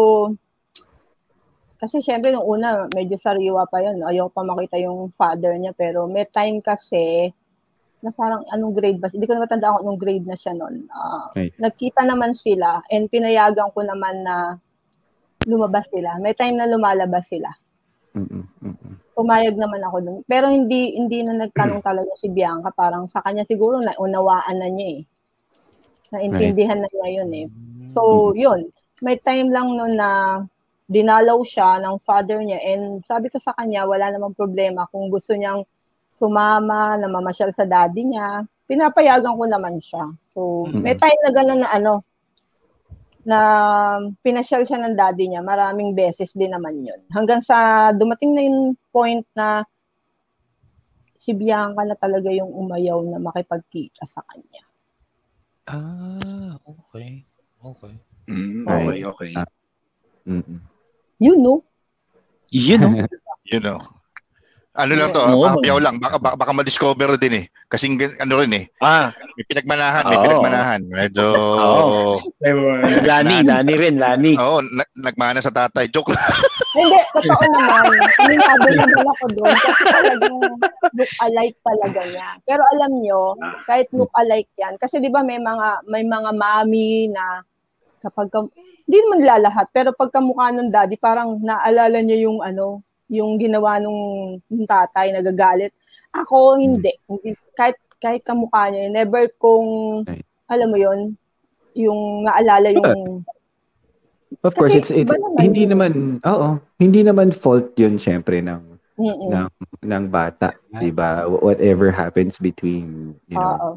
S5: kasi syempre nung una, medyo sariwa pa yun. Ayaw pa makita yung father niya. Pero may time kasi, na parang anong grade ba? Hindi ko na matanda kung anong grade na siya nun. Ah,
S1: Okay.
S5: Nagkita naman sila and pinayagan ko naman na lumabas sila. May time na lumalabas sila
S1: Mm-mm, mm-mm.
S5: pumayag naman ako dun. Pero hindi hindi na nagtanong talaga si Bianca, parang sa kanya siguro na unawaan na niya eh. Naintindihan na niya yun eh.
S4: Mm.
S5: So, yun. May time lang noon na dinalaw siya ng father niya and sabi ko sa kanya, wala namang problema kung gusto niyang sumama, na mamasyal sa daddy niya. Pinapayagan ko naman siya. So, may time na gano'n na ano, na pinasyal siya ng daddy niya. Maraming beses din naman yun. Hanggang sa dumating na yung point na si Bianca na talaga yung umayaw na makipagkita sa kanya.
S4: Ah, okay. Okay.
S3: Mm, okay, okay.
S1: Mm-mm.
S5: You know?
S3: Yun
S1: [laughs]
S3: oh.
S2: You know. Ano lang to,
S3: Oo.
S2: ah, papiyaw lang. Baka, baka, baka ma-discover din eh. Kasi ano rin eh,
S3: Ah,
S2: may pinagmanahan, may
S3: Oo.
S2: pinagmanahan. Medyo,
S3: Oo. Lani, Lani rin, Lani.
S2: oo, na, nagmana sa tatay. Joke
S3: [laughs]
S2: lang.
S5: Hindi, totoo naman. Aminado naman ako doon kasi talagang look-alike talaga niya. Pero alam nyo, kahit look-alike yan, kasi di ba may mga, may mga mami na kapag, ka- hindi naman lalahat, pero pagkamukha ng daddy, parang naalala niya yung ano, yung ginawa nung, nung tatay, nagagalit. Ako, hindi. Hindi- Kahit, kahit kamukha niya, yun, never kong,
S1: Right.
S5: alam mo yon yung naalala yung,
S1: Of course, it's,
S5: Kasi
S1: it's
S5: iba naman
S1: hindi
S5: yun.
S1: naman, oo, hindi naman fault yun syempre ng
S5: Mm-mm.
S1: ng, ng bata, 'di ba? Wh- Whatever happens between, you know,
S5: Oo.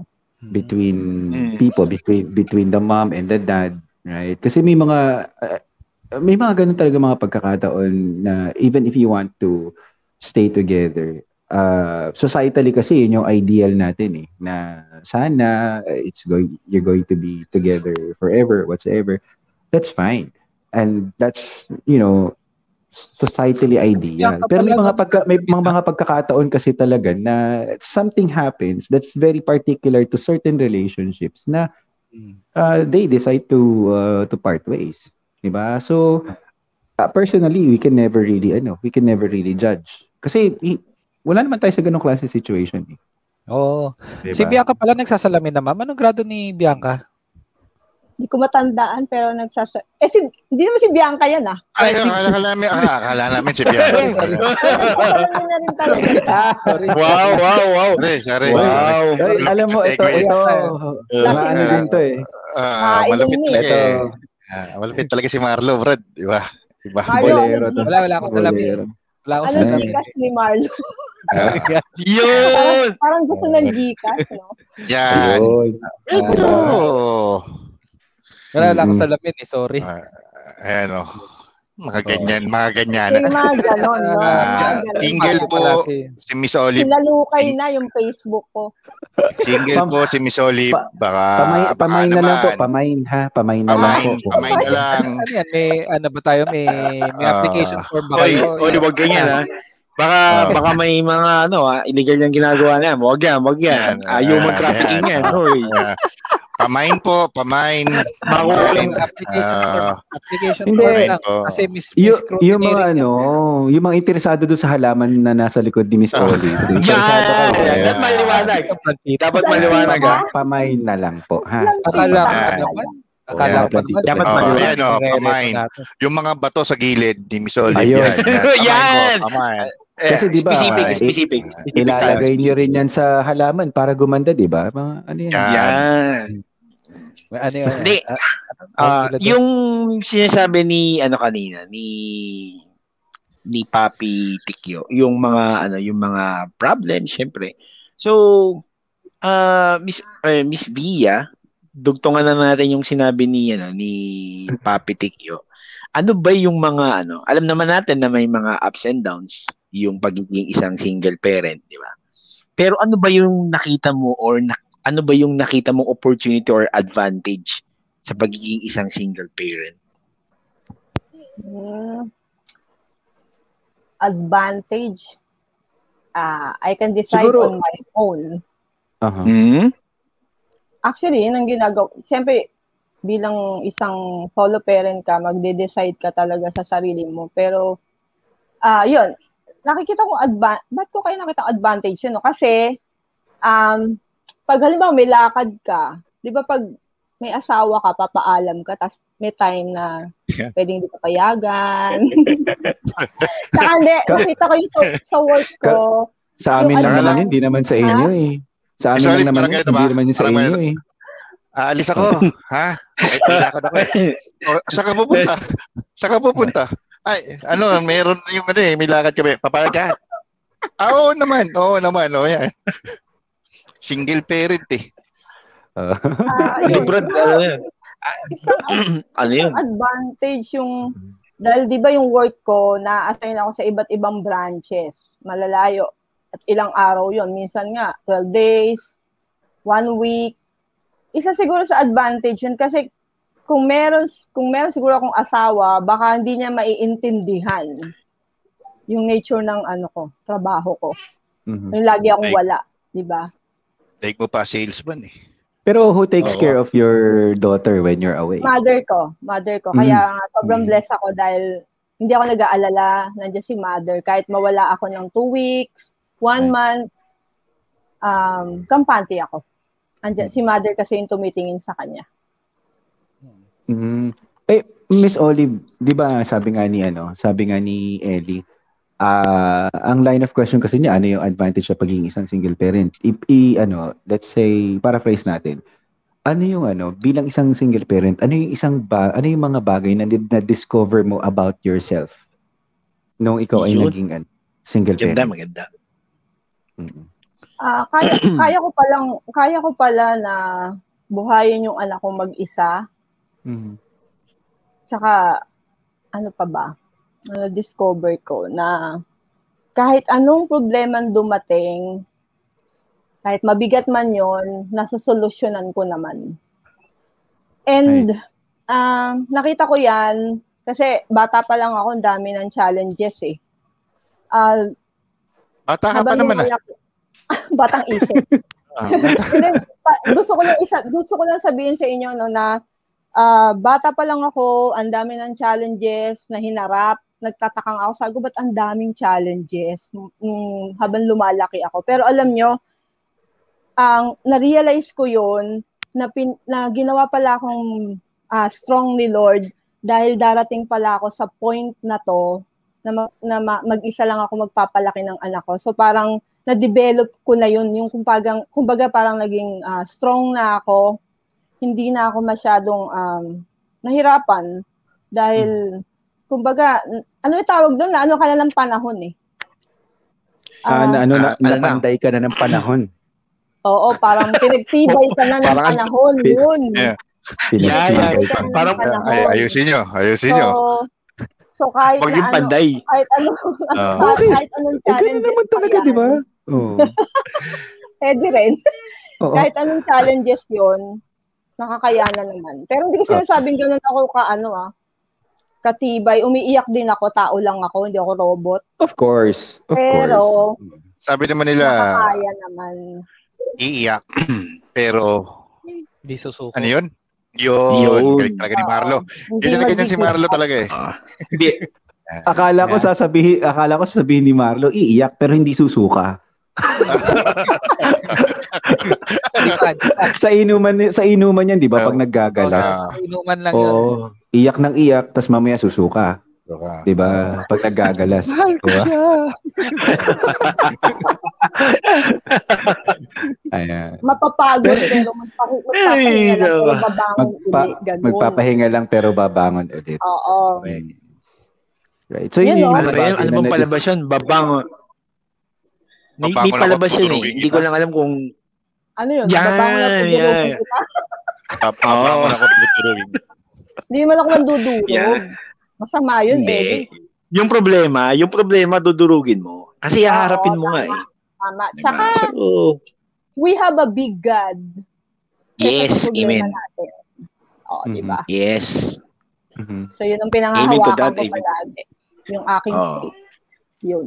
S1: between
S2: Mm.
S1: people between between the mom and the dad right kasi may mga uh, may mga ganun talaga mga pagkakataon na even if you want to stay together uh, societally kasi yun yung ideal natin eh na sana uh, it's going you're going to be together forever whatsoever that's fine and that's you know societally ideal.
S4: Kaya
S1: Pero may
S4: kapalaga-
S1: mga pagka, may mga, mga pagkakataon kasi talaga na something happens that's very particular to certain relationships na
S4: Mm.
S1: uh, they decide to uh, to part ways, 'di ba? So uh, personally, we can never really ano, we can never really judge. Kasi i- wala naman tayo sa ganung klase situation. Eh,
S4: Oo.
S1: 'di
S4: Si
S1: ba?
S4: Bianca pala nagsasalamin na ma'am. Anong grado ni
S5: [laughs]
S4: Bianca?
S5: Hindi ko matandaan pero nagsasa... Eh, si, hindi naman si Bianca yan
S4: [laughs]
S5: ah.
S2: Ay, akala, akala, namin, ah, akala namin si Bianca.
S5: Parang yun na rin talaga.
S4: Sorry.
S3: Wow, wow, wow.
S2: Sorry, sorry. Ah,
S3: Wow.
S1: Ay, alam mo, ito,
S2: Segue.
S1: ito,
S3: Uh,
S1: maano din to eh.
S2: Ah,
S5: Ah,
S2: malupit
S5: ilong
S2: talaga
S1: Ito,
S2: eh. Ah, malupit talaga si Marlo, Brad. Iba. Iba.
S5: Marlo.
S1: bolero to.
S4: Wala, wala akong salamin.
S1: Bolero.
S4: Wala akong
S5: Ano
S1: Alam
S4: sinabi.
S5: gikas ni Marlo?
S2: Ah,
S3: Yun!
S5: Parang gusto ng gikas, no?
S2: yan.
S1: Ayun.
S2: Ito.
S4: Wala, wala akong
S1: Mm.
S4: salamin eh. Sorry.
S2: Ah, Ayan o. Mga ganyan, mga ganyan.
S5: Yung mga ganon, no? Mga
S2: Ah,
S5: ganon.
S2: single
S4: Wala
S2: po
S4: si-
S2: si Miss Olive.
S5: Sinalukay na yung Facebook ko.
S2: Single
S1: Pam-
S2: po si Miss Olive.
S1: pa-
S2: Baka,
S1: Pamain,
S2: Ah, baka
S1: pamain na lang po.
S2: naman.
S1: Pamain ha. Pamain na lang
S2: Pamain,
S1: po.
S2: pamain na lang.
S4: Ano yan? May, ano ba tayo? May, may
S2: Um, Ah.
S4: application form ba
S3: Oy,
S4: kayo?
S3: oy, wag ganyan ha. Baka,
S2: Ah.
S3: baka may mga ano, ah, illegal yung ginagawa na. Wag yan, wag
S2: Yan,
S3: yan. Ah, human
S2: yan,
S3: trafficking
S2: yan.
S3: yan. Hoy.
S2: Ah, pamain po, [laughs] pamain.
S3: Makukulim.
S4: Yung application form.
S2: Ah,
S4: Application
S1: Hindi.
S4: form lang.
S2: Oo.
S4: Kasi Miss,
S1: Yung,
S4: miss Scrutineering
S1: yung mga
S4: yan.
S1: ano, yung mga interesado doon sa halaman na nasa likod ni Miss
S2: Ah.
S1: Olive.
S3: Yan!
S1: Interesado ka po.
S2: Yan.
S3: Dapat maliwanag. Dapat
S5: Dapat
S3: maliwanag ha.
S1: Pamain na lang po ha.
S5: Lang
S4: Akala ko
S2: Ah.
S4: naman. Akala ko naman.
S3: Dapat
S4: Ah,
S3: maliwanag.
S4: ayan, oh,
S2: Pamain. yung mga bato sa gilid ni Miss Olive.
S1: Ayun.
S2: Yan.
S1: [laughs]
S3: Yan!
S2: Pamain.
S3: Eh,
S1: Kasi di ba,
S3: specific,
S1: ah,
S3: specific,
S2: eh,
S3: specific.
S1: Ilalagay
S3: tayo,
S1: niyo rin
S3: specific.
S1: yan sa halaman para gumanda, di ba? Mga ano yan.
S2: Yan.
S3: Yan.
S4: May Ano yun?
S3: Hindi.
S4: Ah,
S3: Ah,
S4: Talaga.
S3: yung sinasabi ni ano kanina ni ni Papi Tikyo, yung mga ano, yung mga problem syempre. So, ah Miss eh, Miss Bia, dugtungan na natin yung sinabi ni ano ni Papi Tikyo. Ano ba yung mga ano? Alam naman natin na may mga ups and downs yung pagiging isang single parent, di ba? Pero ano ba yung nakita mo or nak- ano ba yung nakita mong opportunity or advantage sa pagiging isang single parent.
S5: Mm. advantage. Ah, I can decide on
S1: Siguro-
S5: my own.
S1: Aha.
S3: Hmm?
S5: Actually, yun ang ginagawa. Siyempre, bilang isang solo parent ka, magde-decide ka talaga sa sarili mo. Pero, ah, yun. Nakikita ko advantage. Ba't ko kayo nakita advantage yun? No? Kasi, um, pag halimbawa may lakad ka, di ba pag may asawa ka, papaalam ka, tapos may time na
S2: Yeah.
S5: pwedeng hindi ka payagan. Saka hindi, nakita ko yun sa, sa work ko.
S1: Sa amin
S5: Yung
S1: lang
S2: ano
S1: naman
S5: lang-
S1: yun, di naman sa inyo eh. Sa amin
S2: Sorry,
S1: lang naman
S2: parang
S1: yun,
S2: ganito ba?
S1: hindi naman yun sa
S2: Parang
S1: inyo eh.
S2: Aalis
S1: [laughs]
S2: ako. ha? Ay, pilakad ako. eh. O, saan ka pupunta? Saan ka pupunta? Ay, ano, meron yung ano eh, may lakad kami. Papayag ka? Ah, oo naman. Oo naman. Oo yan. Single parent eh.
S1: Ah.
S5: Ah,
S3: [laughs] Hindi,
S5: yun.
S3: bro, ano yun?
S5: Isang
S3: Ano yun?
S5: advantage yung dahil 'di ba yung work ko na-assign ako sa iba't ibang branches, malalayo. At ilang araw 'yon, minsan nga 12 days, one week. Isa siguro sa advantage yun kasi kung meron kung meron siguro akong asawa, baka hindi niya maiintindihan yung nature ng ano ko, trabaho ko.
S1: Mhm.
S5: Yung lagi akong
S2: Right.
S5: wala, 'di ba?
S2: Take mo pa salesman eh.
S1: Pero who takes
S2: Oo.
S1: care of your daughter when you're away?
S5: Mother ko, mother ko.
S1: Mm.
S5: Kaya nga, sobrang
S1: Mm.
S5: blessed ako dahil hindi ako nag-aalala. Nandiyan si mother. Kahit mawala ako ng two weeks, one
S1: Right.
S5: month, um, kampante ako. Andiyan, si mother kasi yung tumitingin sa kanya.
S1: Mm. Eh, Miss Olive, 'di ba sabi nga ni ano, sabi nga ni Ellie, ah ang line of question kasi niya ano yung advantage sa pagiging isang single parent? I, i- ano, let's say paraphrase natin. Ano yung ano, bilang isang single parent, ano yung isang ba, ano yung mga bagay na na discover mo about yourself nung ikaw ay
S3: Yun.
S1: naging ano, single
S3: Maganda,
S1: parent?
S3: maganda.
S1: Mm.
S5: Ah, kaya, kaya ko palang, kaya ko pala na buhayin yung anak ko mag-isa.
S1: Mm.
S5: Tsaka, ano pa ba? Ano, discover ko na kahit anong problema ang dumating, kahit mabigat man yon, nasasolusyonan ko naman. And ah, nakita ko yan kasi bata pa lang ako, ang dami ng challenges eh. Ah,
S2: Bata ka pa
S5: habang
S2: naman ah.
S5: lumalaki, [laughs] batang isip.
S2: Ah,
S5: Hindi, pa- gusto ko lang isa, gusto ko lang sabihin sa inyo no na ah, bata pa lang ako, ang dami ng challenges na hinarap. Nagtatakang ako sa ba't ang daming challenges nung, nung habang lumalaki ako. Pero alam nyo, ang na-realize ko yon na, pin, na ginawa pala akong ah, strong ni Lord dahil darating pala ako sa point na to na, ma- na ma- mag-isa lang ako magpapalaki ng anak ko. So parang na-develop ko na yun, yung kumbaga, kumbaga parang naging ah, strong na ako, hindi na ako masyadong um, nahirapan dahil, kumbaga, n- ano yung tawag doon na ano ka na ng panahon eh.
S1: Ah, na,
S5: Ah,
S1: ano, na,
S3: ah, ano na?
S1: napanday ka na ng panahon.
S5: oo, parang pinagtibay ka na ng
S3: Parang-
S5: panahon yun.
S2: Yeah.
S1: Pinagtibay
S3: [laughs] Yeah,
S5: Pinagtibay ka
S2: Ah,
S3: yeah.
S5: na ng
S3: Parang-
S5: panahon.
S2: Ay, ayusin nyo. Ayusin nyo.
S5: So, So kahit
S3: Huwag
S5: na
S3: yung
S5: ano,
S3: panday.
S5: kahit ano,
S2: Ah.
S5: [laughs] kahit, kahit anong
S1: Eh, ganun
S5: challenge.
S1: naman talaga, di ba? Oo.
S5: Pwede Eh, rin.
S1: Oo.
S5: [laughs] Kahit anong challenges yon nakakayanan naman. Pero
S1: Ah.
S5: hindi ko sinasabing ganun ako ka ano ah. Katibay, umiiyak din ako, tao lang ako, hindi ako robot.
S1: Of course. Of
S5: Pero-
S1: course.
S2: Sabi naman nila,
S5: Nakakaya naman.
S2: iiyak. [clears throat] pero,
S4: Di susuko.
S2: ano yun? Yun.
S3: Yun.
S2: Galing talaga ni Marlo.
S5: Hindi
S2: Ganyan na ganyan si
S5: magbigay.
S2: Marlo talaga eh.
S3: Hindi.
S1: Akala ko sasabihin, akala ko sasabihin ni Marlo, iiyak pero hindi
S5: [laughs]
S1: susuka.
S4: Lipad.
S1: Sa inuman sa inuman 'yan, 'di ba? Pag naggagalas.
S2: Ah.
S4: Sa Inuman lang yun.
S1: Oo. Iyak ng iyak, tas mamaya susuka,
S2: Suka.
S1: 'di ba? Pag naggagalas.
S4: Mahal ko
S1: Diba?
S4: siya.
S1: [laughs] Ayan.
S5: Mapapagod pero magpaki-
S3: Eh,
S5: magpapahinga
S3: Ay,
S5: lang
S3: nawa.
S5: pero babangon
S1: Eh. Magpa,
S5: ulit. Ganun.
S1: magpapahinga lang pero babangon ulit.
S5: Oo.
S1: Mm. Right. So yun,
S5: Yun,
S1: yung
S5: no?
S3: Ano ba yun?
S1: bagay
S3: Ano
S1: na
S3: bang
S1: na-
S3: palabas yun? Babangon. May, may
S2: Babangon ako,
S3: palabas yun eh.
S2: tutulungin
S3: Hindi
S2: kita.
S3: ko lang alam kung...
S5: Ano yun?
S3: Yan,
S5: Babangon at
S3: yan.
S5: dudurugin kita.
S2: Papabangon ako tuturuin.
S5: Hindi naman ako mandudurog.
S3: Yan.
S5: Masama yun, baby.
S3: Hindi. Yung problema, yung problema dudurugin mo. Kasi haharapin mo nga eh.
S5: Tama.
S3: Diba?
S5: Tsaka,
S3: So,
S5: we have a big God. Kesa
S3: yes,
S5: sa problema
S3: amen.
S5: natin. Oo,
S1: Mhm.
S5: di ba?
S3: Yes.
S1: Mhm.
S5: So, yun ang
S3: Amen to
S5: pinangahawakan
S3: that,
S5: ko
S3: amen.
S5: palagi. Yung aking
S3: Oo.
S5: faith. Yun.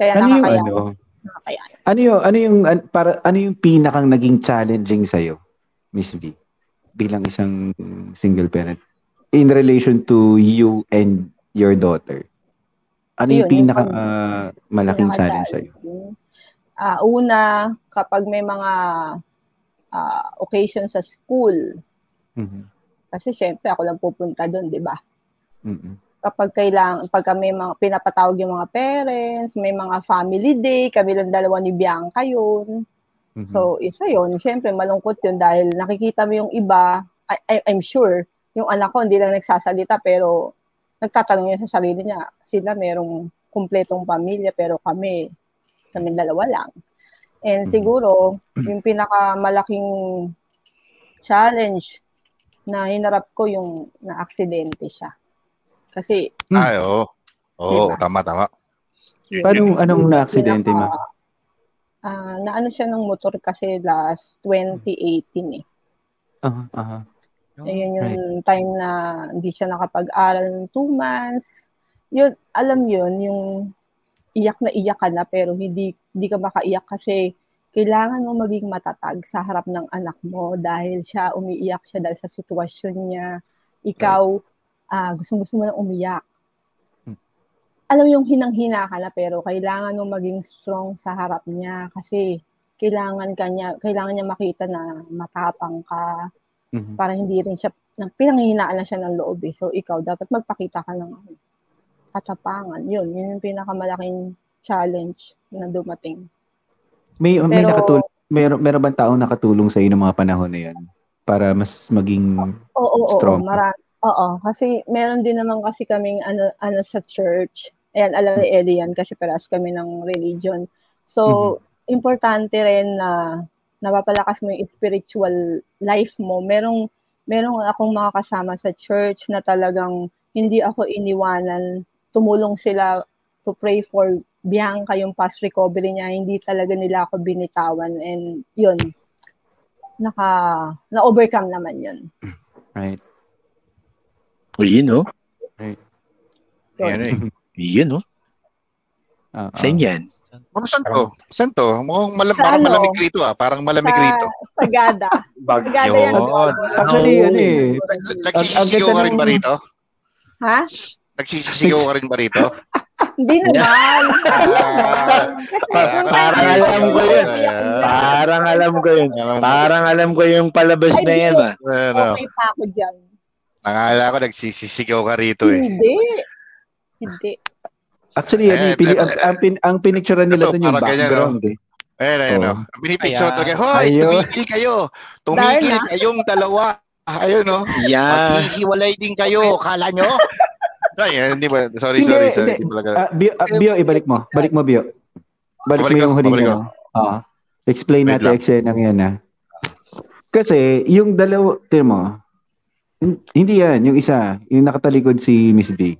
S5: Kaya
S1: Ano yung
S5: nakakaya.
S1: ano?
S5: nakakaya.
S1: Ano yung ano yung an- para ano yung pinakang naging challenging sa Miss V? Bilang isang single parent in relation to you and your daughter. Ano
S5: Yun,
S1: yung
S5: yung
S1: pinaka
S5: pag-
S1: ah, malaking challenge sa iyo?
S5: Pinaka-challenging. Ah, una, kapag may mga ah, occasion sa school,
S1: Mm-hmm.
S5: kasi syempre ako lang pupunta doon, di ba?
S1: Mm-hmm.
S5: Kapag kailang, pagka may mga, pinapatawag yung mga parents, may mga family day, kami lang dalawa ni Bianca yun.
S1: Mm-hmm.
S5: So, isa yun. Siyempre, malungkot yun dahil nakikita mo yung iba. I, I- I'm sure, yung anak ko hindi lang nagsasalita pero nagtatanong niya sa sarili niya. Sila merong kumpletong pamilya pero kami, kami dalawa lang. And
S1: Mhm.
S5: siguro, yung pinakamalaking challenge na hinarap ko yung na-aksidente siya. Kasi,
S1: Hmm.
S2: Ay, oo. Oo,
S5: Diba?
S2: tama, tama. Yun,
S1: Paano
S2: yun.
S1: anong na-aksidente ma?
S5: pinaka- Ah, naano siya ng motor kasi last 2018 eh.
S1: Aha, aha.
S5: Ayun yung time na hindi siya nakapag-aral ng two months. Yun, alam yun, yung iyak na iyak ka na pero hindi, hindi ka makaiyak kasi kailangan mo maging matatag sa harap ng anak mo dahil siya umiiyak siya dahil sa sitwasyon niya. Ikaw, ah gusto-gusto mo na umiyak.
S1: Hmm.
S5: Alam yung hinang-hina ka na pero kailangan mo maging strong sa harap niya kasi kailangan kanya kailangan niya makita na matapang ka,
S1: Mhm.
S5: para hindi rin siya, nang- pinanghihinaan na siya ng loob eh. So, ikaw, dapat magpakita ka ng ano, katapangan. Yun, yun yung pinakamalaking challenge na dumating.
S1: May may
S5: Pero-
S1: nakatul meron meron bang taong nakatulong sa iyo ng mga panahon na 'yon para mas maging
S5: Oo, oo, oo,
S1: Strong.
S5: mara- Oo, kasi meron din naman kasi kaming ano, ano sa church. Ayan, alam ni Ellie yan kasi paras kami ng religion. So, importante rin na napapalakas mo yung spiritual life mo. Merong, merong akong mga kasama sa church na talagang hindi ako iniwanan. Tumulong sila to pray for Bianca yung past recovery niya. Hindi talaga nila ako binitawan and yun. Naka, na-overcome naman yun.
S1: right?
S3: O, yun oh.
S2: Yan, eh.
S3: Yun oh.
S1: Ah, ah.
S3: Saan yan?
S2: Ano, saan to? Saan to? Mukhang malam-
S5: Sa
S2: parang
S5: ano?
S2: malamig rito ah. Parang malamig
S5: Sa-
S2: rito.
S5: Sa Gada. Gada yan.
S2: Yun.
S1: Actually, ano eh,
S2: Nagsisisigaw
S1: ang- ang
S2: ka
S1: ganda
S2: rin ba
S1: ng-
S2: rito?
S5: Ha?
S2: Nagsisisigaw ka rin ba rito?
S5: Hindi naman.
S2: Ah,
S5: Kasi nung time
S3: parang
S5: na
S3: alam ko yun.
S5: umiyak na-
S3: Parang alam ko yun. Parang alam ko yung palabas na yan ah.
S2: Ano?
S5: Okay pa ako dyan.
S2: Nakala ko nagsisisigaw ka rito eh.
S5: Hindi. Hindi.
S1: actually ano, eh,
S2: Eh,
S1: pili,
S2: eh,
S1: ang, ang, pin, ang pinicturean nila
S2: ito,
S1: doon yung
S2: parang ganyan,
S1: background eh.
S2: Ayan, ayan.
S1: Oo.
S2: Oh. Binipicture
S4: Ayan.
S2: talaga. Hoy,
S1: Ayun.
S2: tumigil kayo. Tumigil
S5: Darna.
S2: kayong dalawa. Ayun, oh.
S3: Yan.
S2: Maghihiwalay din kayo. Kala nyo? Ay, eh, hindi ba? Sorry,
S1: Hindi,
S2: sorry, sorry.
S1: hindi.
S2: Hindi pala ganun.
S1: Ah, Bio, ah, Bio, ibalik mo. Balik mo, Bio. Balik mo
S2: Babalik
S1: yung
S2: ako,
S1: huling
S2: babalik
S1: mo. Oo. Explain
S2: Wait
S1: natin
S2: lang.
S1: eksena ng yan, ha? Kasi, yung dalawa, tiyan mo, hin- hindi yan, yung isa, yung nakatalikod si Miss B.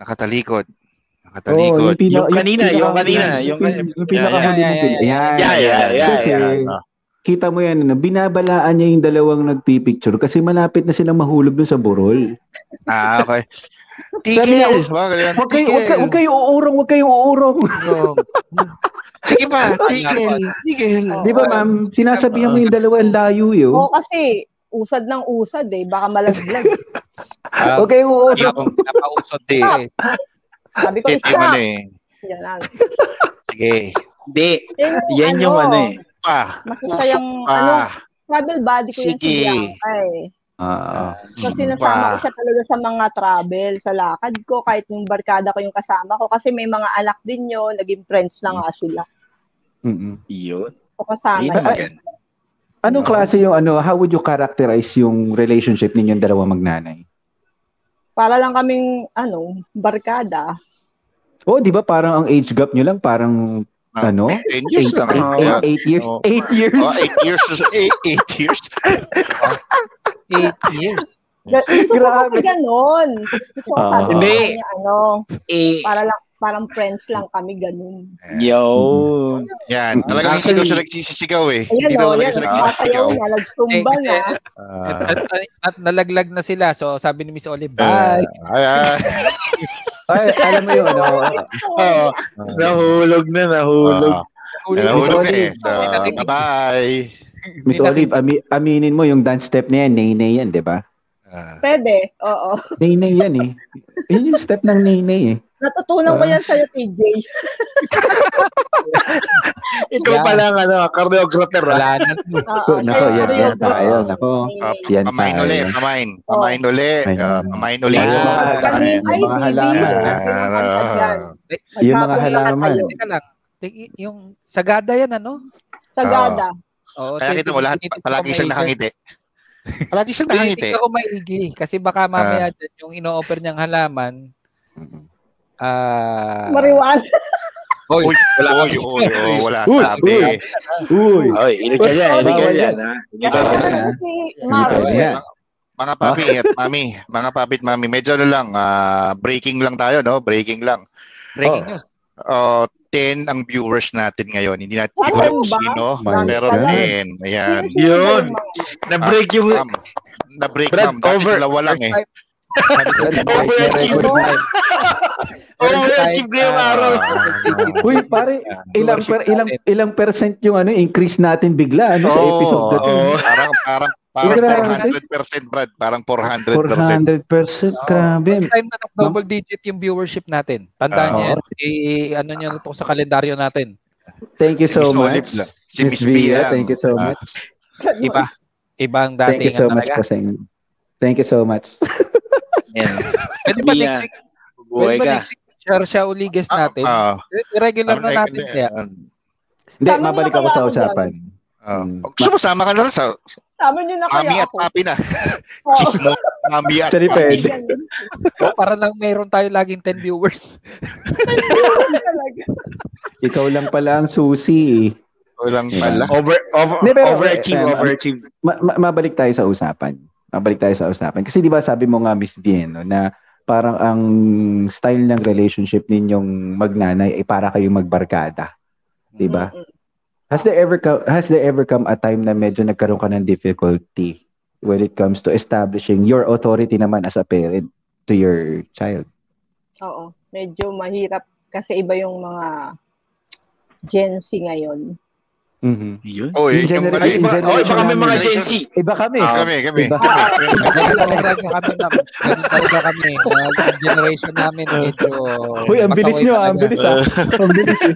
S2: Nakatalikod.
S5: Oh,
S1: Oo,
S2: Nakatalikod.
S1: Oh, pina-
S3: Yung kanina, yung kanina, yung
S1: pin-
S3: kanina.
S1: yung pinakahuli
S4: Yeah,
S1: mong
S4: yeah,
S1: pin-
S4: yeah,
S1: Ayan.
S3: Yeah, yeah, yeah,
S1: Kasi
S3: yeah.
S1: kita mo yan, ano, binabalaan niya yung dalawang nagpipicture kasi malapit na silang mahulog dun sa burol.
S2: Ah, okay.
S1: Sabi niya,
S2: Tigil. Baka ganun,
S1: Huwag kayo,
S2: tigil.
S1: huwag kayo, huwag kayo uurong, huwag kayo
S3: [laughs]
S1: uurong.
S2: Oo. Sige pa, tigil, tigil.
S3: Oh.
S5: Oo.
S1: Di ba, ma'am? Sinasabihan mo yung dalawa ang layo eh, oh. yun.
S5: Oo, kasi usad ng usad eh. Baka malaglag.
S4: Ah,
S1: Huwag kayong uurong.
S4: Napang- napausot din eh.
S5: Sabi ko,
S2: Titi mo
S5: stop!
S2: na eh.
S5: Yan lang.
S2: Sige.
S3: Hindi.
S5: Yan,
S3: Yan yung ano eh.
S2: Pa. Ah,
S5: Masaya yung, ano,
S2: Pa.
S5: travel buddy ko yan si
S2: Sige.
S5: Bianca eh.
S1: Ah,
S5: Kasi
S2: Sino
S5: nasama
S2: ba?
S5: ko siya talaga sa mga travel, sa lakad ko, kahit yung barkada ko yung kasama ko. Kasi may mga anak din yun, naging friends na nga sila.
S1: mm-mm.
S3: Yun.
S5: So, kasama
S3: Ayun
S5: niya.
S1: Diba?
S3: ang ganda.
S1: Anong klase yung ano, how would you characterize yung relationship ninyong dalawa magnanay?
S5: Para lang kaming, ano, barkada.
S1: Oh, di ba parang ang age gap nyo lang, parang
S2: Ah,
S1: ano?
S2: 10 years lang.
S1: Eight,
S2: ah.
S1: eight- eight years.
S2: Oo.
S1: Eight years.
S2: Oh, 8 years. 8 years.
S4: eh. Eight years.
S1: [laughs]
S5: Ga- Gusto ko
S1: Grabe.
S5: kasi ganun. Gusto ko
S1: Ah.
S5: sabi ko
S3: Hindi.
S5: sa kanya, ano,
S3: Eh,
S5: para lang, parang friends lang kami, ganun.
S3: yo.
S2: Yan. Talagang
S3: Actually-
S2: hindi ko siya nagsisisigaw eh.
S5: Ayan
S2: Hindi daw
S5: o,
S2: talaga
S5: yan.
S2: siya
S5: Masayaw
S2: nagsisisigaw.
S5: oh, na, nagsumba
S4: Eh,
S5: na.
S4: kasi- At,
S2: Ah.
S4: at- at- at nalaglag na sila. So, sabi ni Miss Olive,
S2: Ah,
S4: bye.
S2: ah,
S1: Ay, alam mo yun, ano?
S2: ah.
S3: Oh, Nahulog na, nahulog.
S2: Ah, Nahulog eh. So,
S4: Nahulog.
S2: bye-bye.
S1: Miss
S4: May
S1: Olive, ami- aminin mo yung dance step na yan, nay-nay yan, di ba?
S5: [laughs]
S2: Ah.
S5: Pwede, oo.
S1: Nay-nay yan eh. Yun yung step ng nay-nay eh.
S5: Natutunan ko yan sa'yo, TJ.
S3: Ikaw
S4: Yeah.
S3: pala ang ano, choreographer. ah.
S4: wala na.
S5: Oo,
S1: [laughs] Nako, nako, yan, yan tayo. Nako.
S2: Ah,
S5: Okay.
S1: Yan
S2: pamain
S1: tayo.
S2: uli, pamain.
S5: Oh.
S2: Pamain uli.
S1: Ayun.
S2: ah, Pamain uli.
S1: Ayun.
S2: Ah,
S5: Pag may
S1: Ayun.
S5: ID,
S1: Mga Ah, halaman. Yung mga halaman.
S4: Teka lang. Tik- Yung sagada yan, ano? Oh,
S5: Sagada.
S4: Oo,
S2: Kaya kita mo lahat,
S4: tinitignan ko
S2: palagi siyang
S4: maigi.
S2: nakangiti. Palagi siyang nakangiti. Ah.
S4: Tinitignan ko maigi. Kasi baka mamaya dyan, yung ino-offer niyang halaman, ah...
S5: Mariwan.
S4: Hoy,
S2: Uy,
S4: wala
S2: Oy,
S4: kang-
S2: oy, oy, wala
S1: Uy,
S2: sabi.
S1: uy. Uy!
S3: Ah. Oy, ilig ka dyan, ilig ka dyan, ha? Ilig ka
S1: Bawal
S3: dyan.
S1: yan.
S5: Kasi si Maro.
S1: Bawal yan.
S2: Mga
S1: Ah.
S2: papi at mami, mga papi at mami, medyo ano lang, ah, breaking lang tayo, no? Breaking lang.
S4: Breaking news.
S2: Oh, 10 ang viewers natin ngayon. Hindi natin
S5: Ano
S2: alam kung
S5: ba?
S2: sino,
S1: My
S2: pero
S1: God.
S2: 10. Ayan.
S5: Sino-sino
S3: Yun.
S5: yung mga-
S3: Na-break yung...
S2: Ma'am, na-break,
S3: Brad,
S2: ma'am. Dati
S3: over.
S2: dalawa lang eh.
S4: First time-
S3: Overachieve. Overachieve ko yung
S4: [laughs]
S3: araw.
S2: Ah,
S1: Uy, pare, ilang per, ilang ilang percent yung ano increase natin bigla ano sa
S2: Oo,
S1: episode na to?
S2: oo. Oh, Parang parang parang
S1: Grabe.
S2: 400% Brad, parang 400%.
S1: 400%. Grabe.
S4: First time na nag-double digit yung viewership natin. Tandaan
S2: Oo.
S4: niyo yan. I- ano niyo na to sa kalendaryo natin.
S1: Thank you so
S2: Miss
S1: much.
S2: Olive lang. Si
S1: Miss
S2: Miss B
S1: Villa,
S2: lang.
S1: thank you so
S2: Ah.
S1: much.
S4: Iba. Ibang
S1: Ano? Thank you
S4: dating
S1: so much po
S4: talaga.
S1: sa inyo. Thank you so much.
S3: Yan.
S4: Pwede ba
S3: Mia,
S4: next week? Pwede
S3: Buhay
S4: ba
S3: ka.
S4: next week? Share siya uli guest
S2: Ah,
S4: natin.
S2: ah,
S4: I- Irregular na
S2: ah,
S4: natin
S2: eh,
S4: siya.
S2: ah,
S1: Hindi,
S5: Sama mo
S1: mabalik
S5: na
S1: ako sa
S5: kaya ako dyan?
S1: usapan.
S2: ah.
S1: Mm.
S2: Gusto mo sama ka na lang sa
S5: Tama nyo na
S2: mami
S5: kaya
S2: at
S5: ako.
S2: papi na.
S5: Oo. [laughs]
S2: Chismo, mami at
S1: Sorry,
S2: papi.
S1: pwede.
S5: Ganun
S4: O, para lang meron tayo laging 10 viewers. [laughs]
S5: talaga.
S1: Ikaw lang pala ang susi. eh.
S2: Walang
S1: Yeah.
S2: pala.
S3: Over, over,
S1: Hindi, pero-
S3: overachieve,
S1: eh, eh,
S3: overachieve.
S1: Ma- ma- mabalik tayo sa usapan. Mabalik tayo sa usapan. Kasi di ba sabi mo nga Miss Bien, no, na parang ang style ng relationship ninyong magnanay ay para kayong magbarkada. Di ba?
S5: Mm-mm.
S1: Has there ever come has there ever come a time na medyo nagkaroon ka ng difficulty when it comes to establishing your authority naman as a parent to your child?
S5: Oo. Medyo mahirap kasi iba yung mga Gen Z ngayon.
S1: Mhm.
S3: Yun.
S2: Oh,
S1: In
S2: yun yung
S1: general-
S2: ano
S3: Ay,
S2: eh.
S1: in
S3: iba,
S1: general-
S3: oy, baka may mga Gen Z.
S1: Iba kami.
S2: Ah, Kami, kami.
S1: Iba. [laughs]
S4: Nagkakaroon kami na, ganun talaga kami. Na yung generation namin medyo...
S1: Hoy, ang bilis
S4: masaway
S1: niyo, ah, ang
S4: talaga.
S1: bilis ah. Ang bilis. eh.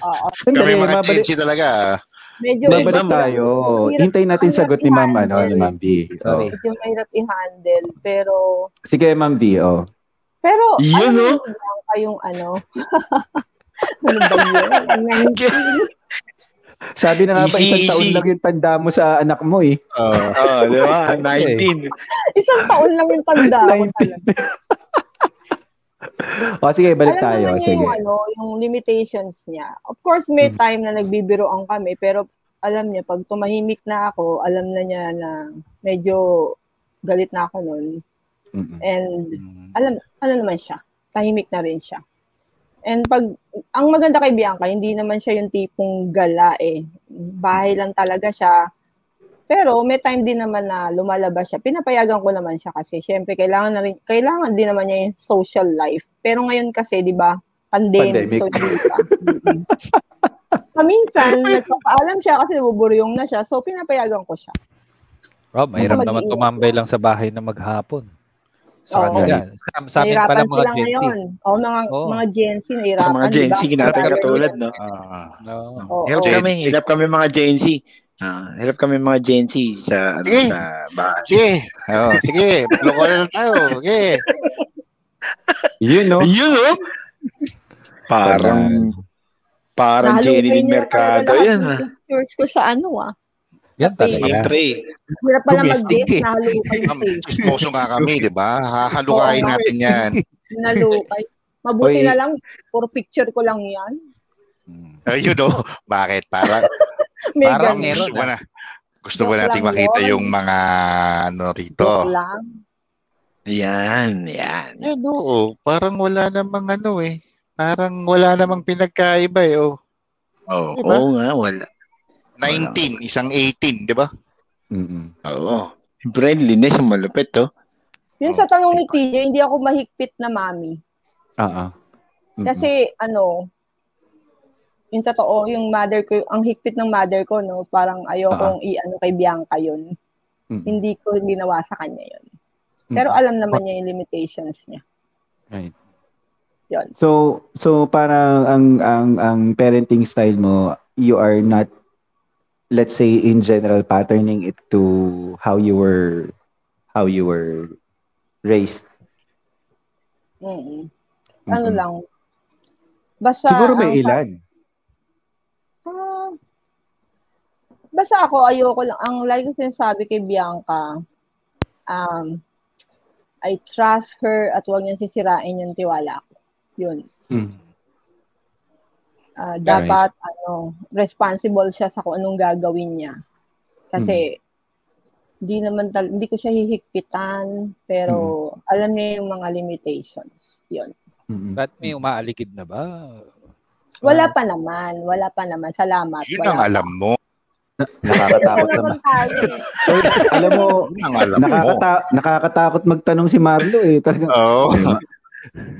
S5: Oo.
S2: Kami
S1: Sandali,
S2: mga Gen
S1: mabalik,
S2: Z talaga. ah.
S5: Medyo
S1: mabalik
S5: mahirap-
S1: tayo. Hintay natin sagot ni Ma'am ano, ni Ma'am B. Oh.
S4: Sorry.
S5: Medyo mahirap i-handle. Pero,
S1: Sige, Ma'am B. Oh.
S5: pero,
S3: Yun,
S5: alam
S3: no?
S5: mo lang kayong ano. [laughs] ano ba yun? Ang
S1: Sabi na nga ba,
S3: Easy,
S1: isang taon
S3: easy.
S1: lang yung tanda mo sa anak mo eh.
S2: Ah,
S3: Oh, di ba? 19.
S5: Isang taon lang yung tanda ko
S1: 19.
S5: talaga.
S1: O sige, balik
S5: Alam
S1: tayo.
S5: naman niya
S1: Sige.
S5: yung, ano, yung limitations niya. Of course, may
S1: Mhm.
S5: time na nagbibiroan kami, pero alam niya, pag tumahimik na ako, alam na niya na medyo galit na ako nun.
S1: Mm-mm.
S5: And
S4: Mm.
S5: alam, ano naman siya, tahimik na rin siya. And pag, ang maganda kay Bianca, hindi naman siya yung tipong gala eh. Bahay lang talaga siya. Pero may time din naman na lumalabas siya. Pinapayagan ko naman siya kasi syempre kailangan na rin, kailangan din naman niya yung social life. Pero ngayon kasi, di ba, pandemic,
S1: Pandemic.
S5: so hindi pa. Mm-mm.
S3: [laughs]
S5: Paminsan, nagpapaalam siya kasi nabuburyong na siya. So, pinapayagan ko siya.
S4: Rob, mahirap
S5: Baka
S4: naman
S5: mag-iingat
S4: tumambay lang sa bahay na maghapon. Sa
S5: Oo.
S4: kanila. Sa, sa amin
S5: Nahirapan
S4: pala mga
S5: sila
S4: 20.
S5: ngayon. O, mga,
S4: Oo.
S5: mga Gen Z, nahirapan.
S3: Sa mga Gen
S5: di
S3: Z,
S5: ba?
S3: ginapin
S5: Kailangan
S3: katulad, no?
S2: Ah.
S4: Oo.
S5: Oo.
S3: Hirap
S2: Gen
S3: kami, hirap kami mga Gen Z. Ah, hirap kami mga Gen Z sa, ano,
S2: Sige.
S3: sa bahay.
S2: sige. Oh, sige. Loko na lang tayo. Sige.
S1: Yun, no?
S3: Yun, oh! Parang, parang
S5: Nahalo
S3: Jenny
S5: kayo
S3: Lynn
S5: niya
S3: Mercado
S5: talaga
S3: yan,
S5: lahat
S1: ah.
S3: ha?
S5: ng Pictures ko sa ano ah.
S4: Yan talaga.
S3: Siyempre.
S5: Hirap pala
S4: Domestic
S5: mag-date,
S4: eh.
S5: nahalo kayo
S2: Ma'am,
S5: eh.
S2: um, chismoso nga kami, di ba? Hahalukain
S5: Oo,
S2: natin yan.
S5: Nalo kayo. Mabuti
S1: Oy.
S5: na lang, puro picture ko lang yan.
S2: Ayun know, bakit? Parang,
S5: May
S4: Parang
S5: ganun.
S4: meron
S2: gusto mo
S4: ah.
S2: na. Gusto mo
S5: Joke
S2: nating
S5: lang
S2: makita
S5: yun.
S2: yung mga ano
S1: Oh.
S5: Joke
S2: rito.
S5: lang.
S3: Yan, yan.
S2: Yan, oo. Eh, oh. Parang wala namang ano eh. Parang wala namang pinagkaiba eh. Oh.
S3: Oo,
S2: Diba?
S3: oo nga, wala.
S2: 19, isang 18, di ba?
S1: Mm-mm.
S3: Oo. Friendliness, ang malupit, oh.
S5: Yun sa tanong ni TJ, hindi ako mahigpit na mami.
S1: Ah, ah. Mm-mm.
S5: Kasi ano, yun sa totoo, yung mother ko, ang higpit ng mother ko, no, parang
S4: Ah.
S5: ayokong i-ano kay Bianca yun.
S1: Mm-mm.
S5: Hindi ko ginawa sa kanya yun. Pero alam
S4: Ah.
S5: naman niya yung limitations niya.
S1: Right.
S5: Yun.
S1: So, so parang ang ang ang parenting style mo, you are not let's say in general patterning it to how you were how you were raised.
S5: Mm-mm. Ano
S1: Mm-mm.
S5: lang. Basta
S1: Siguro may
S5: ang-
S1: ilan.
S5: Ah, basta ako, ayoko lang. Ang like ko sinasabi kay Bianca, um, I trust her at huwag niyang sisirain yung tiwala ko. Yun.
S1: Mm.
S5: Ah, dapat, ano, responsible siya sa kung anong gagawin niya. Kasi,
S2: Hmm.
S5: hindi naman tal- hindi ko siya hihigpitan, pero
S2: Hmm.
S5: alam niya yung mga limitations. Yun.
S1: Mm-mm.
S4: Ba't may umaalikid na ba?
S5: Wala pa naman, wala pa naman. Salamat.
S2: Ah. Yun
S5: wala
S2: ang alam mo.
S5: Wala
S1: Nakakatakot naman.
S5: naman tayo.
S2: [laughs]
S5: eh.
S1: Oy, alam mo,
S2: Yun ang alam mo.
S1: nakakata- nakakatakot magtanong si Marlo eh. Talaga.
S2: Oo.
S1: May uma-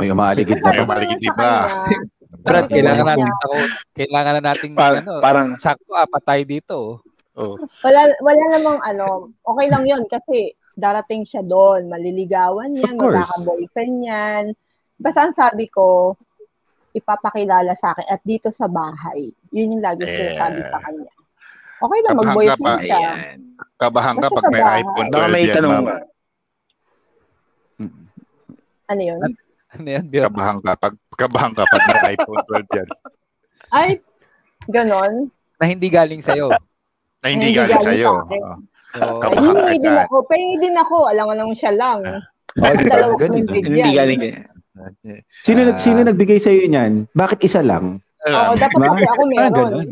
S1: May umaaligid
S5: Ang
S1: na
S5: sabi
S1: ba?
S5: ko
S2: Maligid,
S5: naman sa
S2: diba?
S5: kanya,
S4: Ah,
S5: Sabi
S4: Brad,
S5: ko
S4: kailangan
S5: naman
S4: natin
S5: niya,
S4: ako. Kailangan na natin,
S3: Par-
S4: ano,
S3: parang,
S4: sakto apat tayo dito. [laughs] oh.
S2: Oo.
S5: Wala, wala namang ano, okay lang yun kasi darating siya doon, maliligawan yan,
S1: Of course.
S5: magkaka-boyfriend yan. Basta ang sabi ko, ipapakilala sa akin at dito sa bahay. Yun yung lagi
S2: Eh.
S5: sinasabi sa kanya. Okay lang,
S2: Kapag
S5: mag-boyfriend
S2: hangga
S5: ka.
S3: ah, ayan.
S2: Kabahan ka
S5: Basta
S2: pag may
S5: sa bahay.
S2: iPhone 12
S3: Baka may
S2: yan,
S3: tanong
S2: ma'am.
S3: ka.
S1: Mm-mm.
S5: Ano yun?
S4: Ano yan, Bjorn?
S2: Kabahan ka pag, kabahan ka [laughs] pag may iPhone 12 yan.
S5: Ay, ganon.
S4: Na hindi galing sa'yo.
S2: Na hindi
S5: Hindi
S2: galing
S5: galing
S2: sa'yo.
S5: sa akin.
S2: Oo.
S4: Oo.
S5: Ay,
S2: Kabahan ka
S5: hingi din
S2: agad.
S5: ako. Pahingi din ako. Alam mo lang siya lang.
S1: Oh, di ba?
S5: Dalawa
S1: Ganun
S5: kaming
S1: ba?
S5: bigyan.
S3: Hindi galing ka.
S1: Sino nag
S2: Ah.
S1: sino nagbigay sa iyo niyan? Bakit isa lang?
S5: Oo,
S2: Alam.
S5: dapat
S1: Diba?
S5: kasi ako
S1: Parang
S5: meron.
S1: ganun.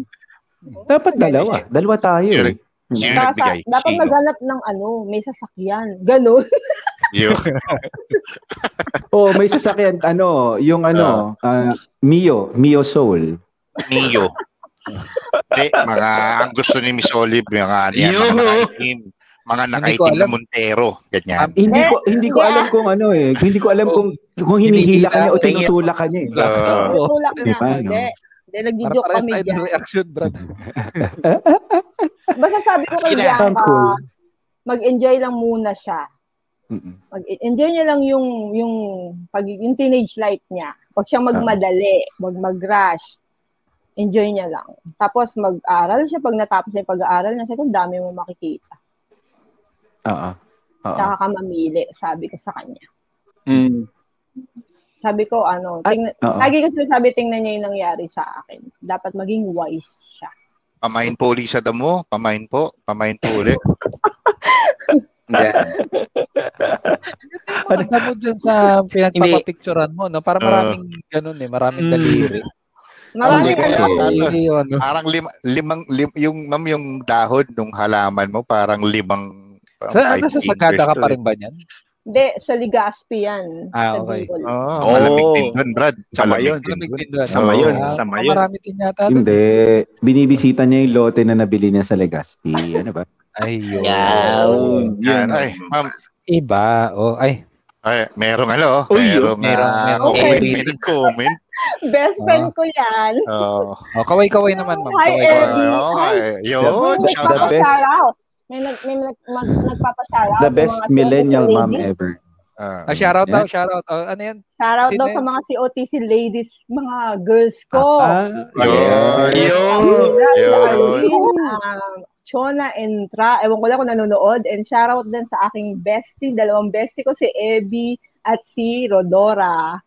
S1: Dapat dalawa. Dalawa tayo. eh.
S2: Sino
S5: Saka sa-
S2: nagbigay?
S5: dapat
S2: Sino?
S5: maghanap ng ano, may sasakyan. Ganon.
S2: Yun.
S1: Oh, may sasakyan ano, yung ano, ah, Mio, Mio Soul.
S2: Mio. Hindi, mga ang gusto ni Miss Olive, mga ano yan, mga
S3: Yo!
S2: nakaitim, mga nakaitim na
S4: alam.
S2: Montero, ganyan.
S1: Hindi
S5: Eh,
S1: ko hindi ko
S5: yeah.
S1: alam kung ano eh. Hindi ko alam kung kung hinihila ka niya o tinutulak ka niya. eh.
S2: Ah.
S4: Oo.
S5: [laughs] Tulak na
S1: Di ba,
S5: ako.
S1: no?
S5: Hindi. Hindi,
S4: Para
S5: nagdi-joke
S4: parehas
S5: kami
S4: tayo ng
S5: dyan.
S4: reaction, Brad.
S5: Basta sabi ko kay
S2: Sige na.
S1: Parang
S5: Bianca,
S1: cool.
S5: mag-enjoy lang muna siya.
S1: Mm-mm.
S5: Mag-enjoy niya lang yung yung pag yung teenage life niya. Huwag siyang
S4: Ah.
S5: magmadali, huwag mag-rush. Enjoy niya lang. Tapos mag-aral siya pag natapos na 'yung pag-aaral niya, sabi ko, dami mo makikita.
S1: Oo.
S4: Ah.
S1: Oo.
S5: Tsaka ka mamili, sabi ko sa kanya.
S3: Mm.
S5: Sabi ko, ano,
S1: Ay,
S5: tingnan,
S4: ah.
S1: Oo.
S5: lagi ko sinasabi, tingnan niya yung nangyari sa akin. Dapat maging wise siya.
S2: Pamain po uli sa damo, pamain po, pamain po uli.
S3: Yan.
S4: Maganda Ano mo dyan sa pinagpapapicturean mo, no? Para
S2: Oo.
S4: maraming ganun eh, maraming
S3: Mm.
S4: daliri.
S5: Marami
S4: Ah,
S2: Hindi
S5: ka
S2: kaya
S5: na.
S2: ano.
S4: Daliri yun.
S2: Parang lima, limang, lim, yung, ma'am, yung dahon nung halaman mo, parang limang, parang
S4: Sa,
S2: five
S4: nasa
S2: fingers
S4: sagada ka
S2: to
S4: pa
S2: eh.
S4: rin ba niyan?
S5: Hindi, sa Legazpi yan. sa
S4: Ah, okay.
S5: Bicol.
S2: Oh,
S3: Oo.
S2: malamig din dun, Brad.
S3: Sama
S2: Malamig
S4: Ano,
S3: yun.
S2: din dun.
S3: Sama
S2: Oo.
S3: yun.
S2: Ah,
S3: Sama yun.
S4: Marami din yata. dun.
S1: Hindi. Binibisita niya yung lote na nabili niya sa Legazpi. Ano [laughs] ba?
S4: Ay, yun.
S3: Yan. Yan.
S2: Yan, ay, ma'am,
S4: Iba. Oh, ay.
S2: ay, merong ano,
S3: Uy,
S2: merong,
S4: merong-
S2: ah,
S4: merong
S2: comment,
S4: favorites.
S2: comment.
S5: Best
S4: Ah.
S5: friend ko yan.
S2: Oh,
S4: Oh, kaway-kaway naman, ma'am.
S5: Hi,
S4: Kaway-kaway.
S5: Eddie.
S2: okay,
S5: May
S2: yun,
S1: The
S2: Oh, shout out.
S1: best-
S5: nagpapashoutout. May, nag, may nag, mag, nagpapashoutout.
S1: The
S5: sa
S1: best
S5: mga
S1: millennial
S5: COTC
S1: mom
S5: ladies.
S1: ever.
S2: Ah,
S4: Ah, shout out daw, shout out. Oh, ano yan?
S5: Shoutout daw
S4: Sino
S5: sa
S4: yun?
S5: mga COTC ladies, mga girls ko.
S1: Ah,
S2: Yun.
S1: yeah.
S3: Yun.
S5: Miranda,
S2: Yun.
S5: Arlene, um, Chona and Tra. Ewan ko lang kung nanonood. And shoutout din sa aking bestie. Dalawang bestie ko, si Ebi at si Rodora.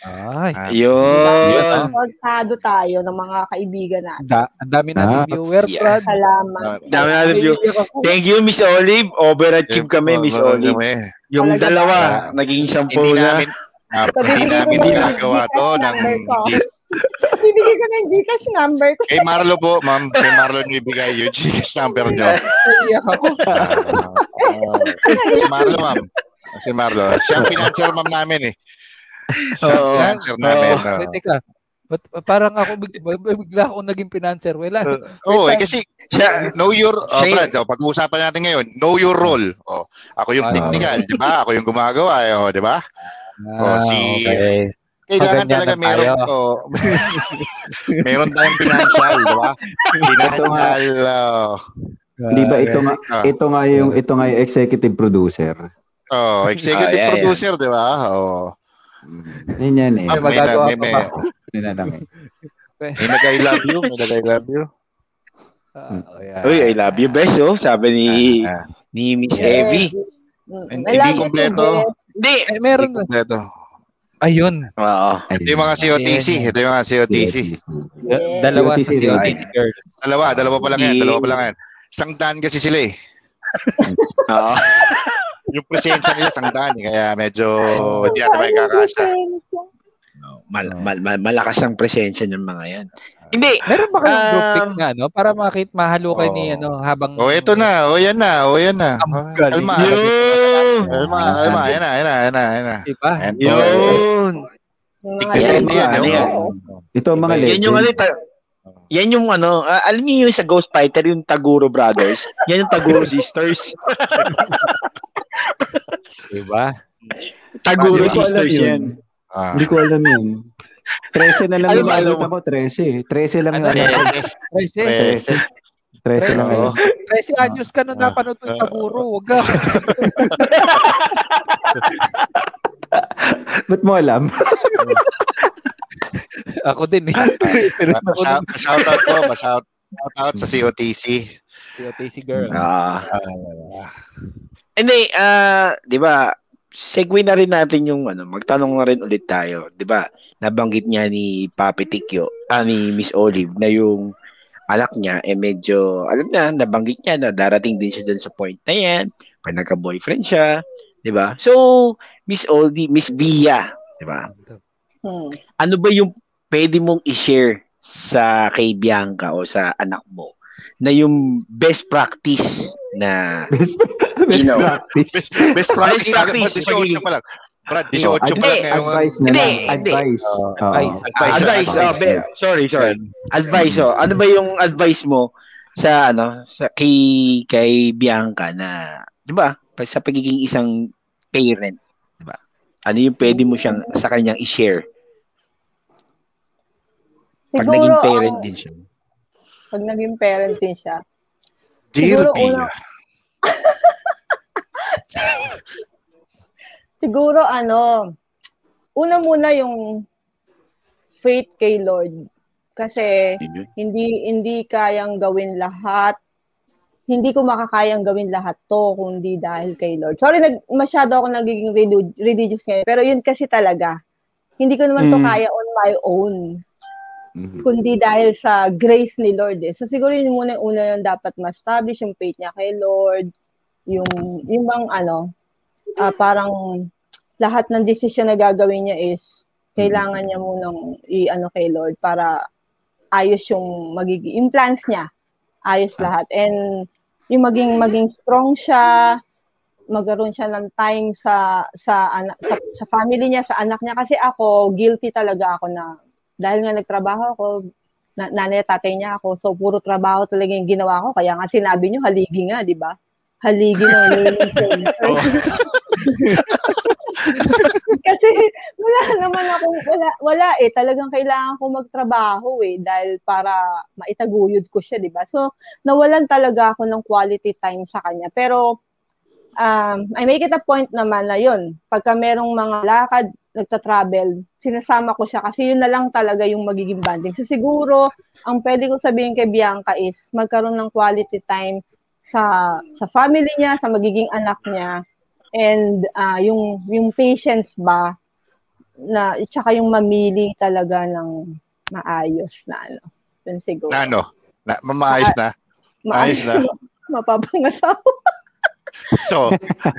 S4: Ay,
S2: Ah,
S3: Yun. ah.
S5: Portado tayo ng mga kaibigan natin.
S4: da, ang dami nating
S1: Ah,
S4: viewer,
S3: yeah.
S4: Brad.
S5: Salamat.
S3: Dami natin view. Thank you, Miss Olive. Overachieve Ah. kami, Miss
S2: Meron
S3: Olive.
S2: kami.
S3: Yung
S5: Talaga.
S3: dalawa, naging sampu
S2: eh. Hindi
S3: na.
S2: namin, ah, hindi
S5: Sabihin ko
S2: namin
S5: na yung
S2: ginagawa
S5: Gcash
S2: to ng,
S5: number ko.
S2: hindi-
S5: Bibigay ko na yung Gcash number ko.
S2: kay Marlo po, ma'am, kay Marlo niyo ibigay yung GS number niyo.
S4: Iiyak ako.
S2: Ah, ah, si Marlo, ma'am. Si Marlo. Siya ang financer, ma'am, namin eh. Siya ang
S3: Oo.
S2: financer namin.
S3: Oo.
S2: ah.
S4: Wait, teka. Ba't, parang ako, big, bigla ako naging financer. Wala.
S2: Oo,
S3: Oh,
S2: eh, kasi
S3: Siya,
S2: know your, oh,
S3: Siya-
S2: Brad, oh, pag-uusapan natin ngayon, know your role. Oh, ako yung
S4: Ah.
S2: technical, di ba? Ako yung gumagawa, eh, oh, di ba? Oh, si-
S4: Ah, okay.
S2: Kailangan
S4: Paganyan
S2: talaga
S4: na
S2: meron,
S4: tayo.
S2: oh, [laughs] meron tayong financial, di ba? Financial, oh,
S1: Di ba ito nga,
S2: ah,
S1: ito nga yung ito nga yung executive producer.
S2: oh, executive
S3: Ah, yeah, yeah.
S2: producer, di ba? Oh.
S1: Yan yan eh.
S2: Ah,
S4: May Ano, magagawa
S2: may-
S4: pa
S2: may-
S4: ba?
S1: Yun na lang eh.
S2: May nag-I love
S4: [laughs]
S2: you, may nag-I love you.
S4: Ah, oh, yeah.
S3: uy, I love you, best, oh. Sabi ni,
S2: Ah,
S3: ni Miss
S5: Yeah.
S3: Evie.
S5: Mm,
S2: Hindi
S5: lagi
S2: kumpleto.
S5: yung best.
S3: Hindi.
S4: Ay,
S3: eh.
S4: meron. ba?
S2: kompleto.
S4: Ayun.
S3: Oo.
S1: Ayun.
S2: Ito yung mga COTC, ito yung mga COTC.
S5: Yes.
S4: Dalawa sa
S1: COTC, right.
S4: COTC girl.
S2: Dalawa, dalawa pa lang yan,
S3: Hindi.
S2: dalawa pa lang yan. Sangdaan kasi sila eh.
S3: Oo.
S2: Yung presensya nila sangdaan eh, kaya medyo di ata may kakasya.
S3: Mal- mal- mal- malakas ang presensya ng mga yan. Hindi.
S4: Meron ba kayong group pic
S3: Um,
S4: na, no? Para makit mahalo kayo ni,
S2: Oh.
S4: ano, habang...
S2: Oh, ito na, oh yan na, oh yan na.
S4: Ang
S2: Oh,
S4: galing.
S2: Kalma,
S3: Yun.
S2: kalma, kalma, yan na, yan na, yan na, yan na.
S4: Diba?
S2: Yan.
S3: Yun.
S5: Mga
S2: Tignan
S5: yan,
S2: mo yan,
S5: ano
S2: ano
S5: yan?
S2: yan?
S1: Ito ang mga
S4: Yan
S1: legend.
S3: Yan yung ano, ta- yan yung ano, ah, alam niyo yung sa Ghost Fighter, yung Taguro Brothers, yan yung Taguro
S2: [laughs]
S3: Sisters.
S4: Diba?
S3: Taguro
S1: alam
S2: Diba? Hindi ko
S3: Sisters
S1: yun.
S3: yan.
S2: Ah.
S1: Hindi ko alam yun. 13 na lang
S3: Alam
S1: yung
S3: mo, alam
S1: alam
S3: mo. Ah,
S1: ko. 13. 13 lang
S4: Ano
S1: yung alam ko.
S4: Trece.
S2: Eh, eh,
S1: 13 lang.
S4: Trece.
S1: ako.
S4: Trece anyos ka nung
S2: Ah.
S4: napanood ng Taguro. Huwag ka.
S1: Ba't mo alam?
S4: Ako din eh. Pero ako
S2: pa-
S4: din
S2: pa- Shoutout po, pa- shout shout out sa COTC.
S4: COTC girls.
S3: Ah.
S2: Ah,
S3: Hindi, ah, 'di ba? Segue na rin natin yung ano, magtanong na rin ulit tayo, 'di ba? Nabanggit niya ni Papi Tikyo, ah, ni Miss Olive na yung anak niya eh medyo alam na nabanggit niya na darating din siya dun sa point na 'yan, pag nagka-boyfriend siya, 'di ba? So, Miss Olive, Miss Via, 'di ba?
S5: Hmm.
S3: ano ba yung pwede mong i-share sa kay Bianca o sa anak mo na yung best practice na
S1: Best, best
S3: [laughs] You know.
S1: practice.
S2: Best practice.
S3: Best practice.
S2: 18 pa lang. Brad, 18 pa lang
S1: Advice,
S2: ngayon.
S1: advice na lang.
S3: Hindi, hindi.
S1: Advice.
S2: Oo.
S1: Oo.
S4: Advice.
S2: Advice,
S3: Ah, advice,
S2: advice. uh,
S3: oh, be- sorry sorry advice oh ano ba yung advice mo sa ano sa kay kay Bianca na 'di ba pa- sa pagiging isang parent 'di ba ano yung pwede mo siyang sa kanyang i-share
S5: Siguro,
S3: pag
S5: ah,
S3: naging
S5: ang-
S3: parent din siya
S5: pag naging parent din siya.
S2: Dear
S5: Siguro
S2: Pia.
S5: una- Siguro ano, una muna yung faith kay Lord. Kasi
S3: Yun yun.
S5: hindi hindi kayang gawin lahat. Hindi ko makakayang gawin lahat to kundi dahil kay Lord. Sorry, nag, masyado ako nagiging relu- religious ngayon. Pero yun kasi talaga. Hindi ko naman to
S1: Mm.
S5: kaya on my own.
S1: Mhm.
S5: Kundi dahil sa grace ni Lord. Eh. So siguro yun muna yung una yung dapat ma-establish yung faith niya kay Lord. Yung, yung bang ano, ah, parang lahat ng desisyon na gagawin niya is kailangan niya munang i-ano kay Lord para ayos yung magiging yung plans niya. Ayos lahat. And yung maging maging strong siya, magkaroon siya ng time sa sa anak sa, sa family niya, sa anak niya kasi ako guilty talaga ako na dahil nga nagtrabaho ako, na, nanay tatay niya ako. So puro trabaho talaga yung ginawa ko. Kaya nga sinabi niyo haligi nga, 'di ba? Haligi ng learning center. [laughs] kasi wala naman ako wala wala eh talagang kailangan ko magtrabaho eh dahil para maitaguyod ko siya, 'di ba? So nawalan talaga ako ng quality time sa kanya. Pero um, I make it a point naman na yun, pagka merong mga lakad, nagta-travel, sinasama ko siya kasi yun na lang talaga yung magiging banding. So siguro, ang pwede ko sabihin kay Bianca is magkaroon ng quality time sa sa family niya, sa magiging anak niya, and uh, yung yung patience ba na tsaka yung mamili talaga ng maayos na ano. Yun siguro.
S2: Na ano? Na, maayos na?
S5: Maayos na. Mapapangasawa.
S2: So,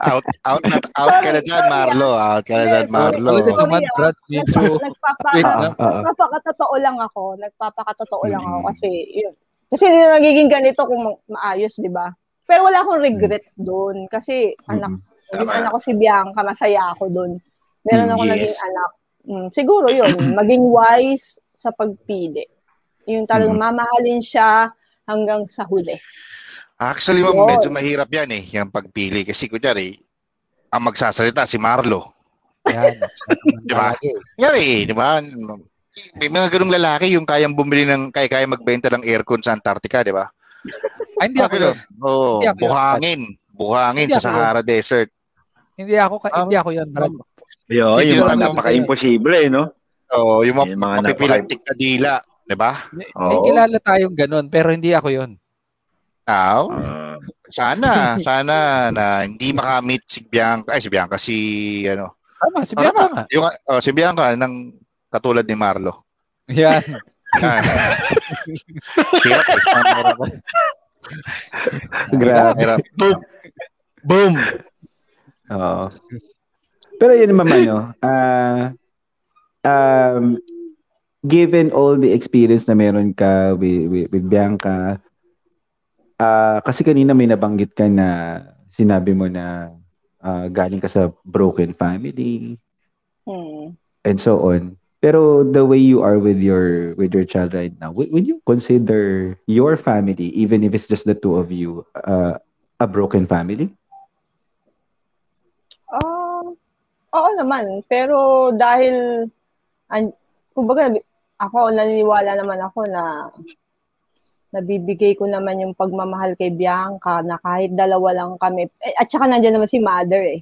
S2: out out na out ka na dyan, Marlo. Out ka na dyan, Marlo.
S4: Ulit ito, Matt, Brad, medyo... Wait lang.
S5: Nagpapakatotoo lang ako. Nagpapakatotoo lang ako kasi yun. Kasi hindi na magiging ganito kung ma- maayos, di ba? Pero wala akong regrets doon kasi
S1: Mm.
S5: anak, yung anak ko si Bianca, masaya ako doon. Meron ako
S2: Yes.
S5: naging anak. Mm, siguro yun, maging wise sa pagpili. Yung talagang mamahalin siya hanggang sa huli.
S2: Actually, ma'am,
S5: Yun.
S2: medyo mahirap yan eh, yung pagpili. Kasi kunyari, ang magsasalita si Marlo.
S4: Yan.
S2: Di ba? Kunyari, di ba? May mga ganung lalaki yung kayang bumili ng, kaya kaya magbenta ng aircon sa Antarctica, di ba?
S4: Ay, hindi ako yun.
S2: Oo,
S4: Hindi ako yun.
S2: buhangin. Buhangin
S4: Hindi
S2: sa
S4: ako yun.
S2: Sahara Desert.
S4: Hindi ako, ka- hindi ako yun, Brad.
S3: Yo,
S2: Sisira
S3: yung mga
S2: lang.
S3: napaka-impossible eh, no?
S2: Oo, yung mga,
S3: Yung mga
S2: mapipilang tikadila, di ba?
S4: May,
S3: Oo.
S4: may kilala tayong ganun, pero hindi ako yun.
S2: Ah,
S3: Ah,
S2: sana, sana na hindi makamit si Bianca, ay si Bianca, si ano,
S4: Tama, si Bianca nga.
S2: yung, oh, si Bianca ng katulad ni Marlo.
S4: Yan.
S2: Ah. Hirap eh. Ang hirap.
S1: Grabe.
S2: Hirap.
S3: boom!
S1: Oo. Pero yun naman ano, ah, um, given all the experience na meron ka with, with, with Bianca, ah, kasi kanina may nabanggit ka na sinabi mo na ah, galing ka sa broken family
S5: Hmm.
S1: and so on. Pero the way you are with your with your child right now, would, would you consider your family, even if it's just the two of you, ah, a broken family?
S5: Ah, oo naman, pero dahil an, kumbaga ako naniniwala naman ako na nabibigay ko naman yung pagmamahal kay Bianca na kahit dalawa lang kami. Eh, At saka nandiyan naman si mother eh.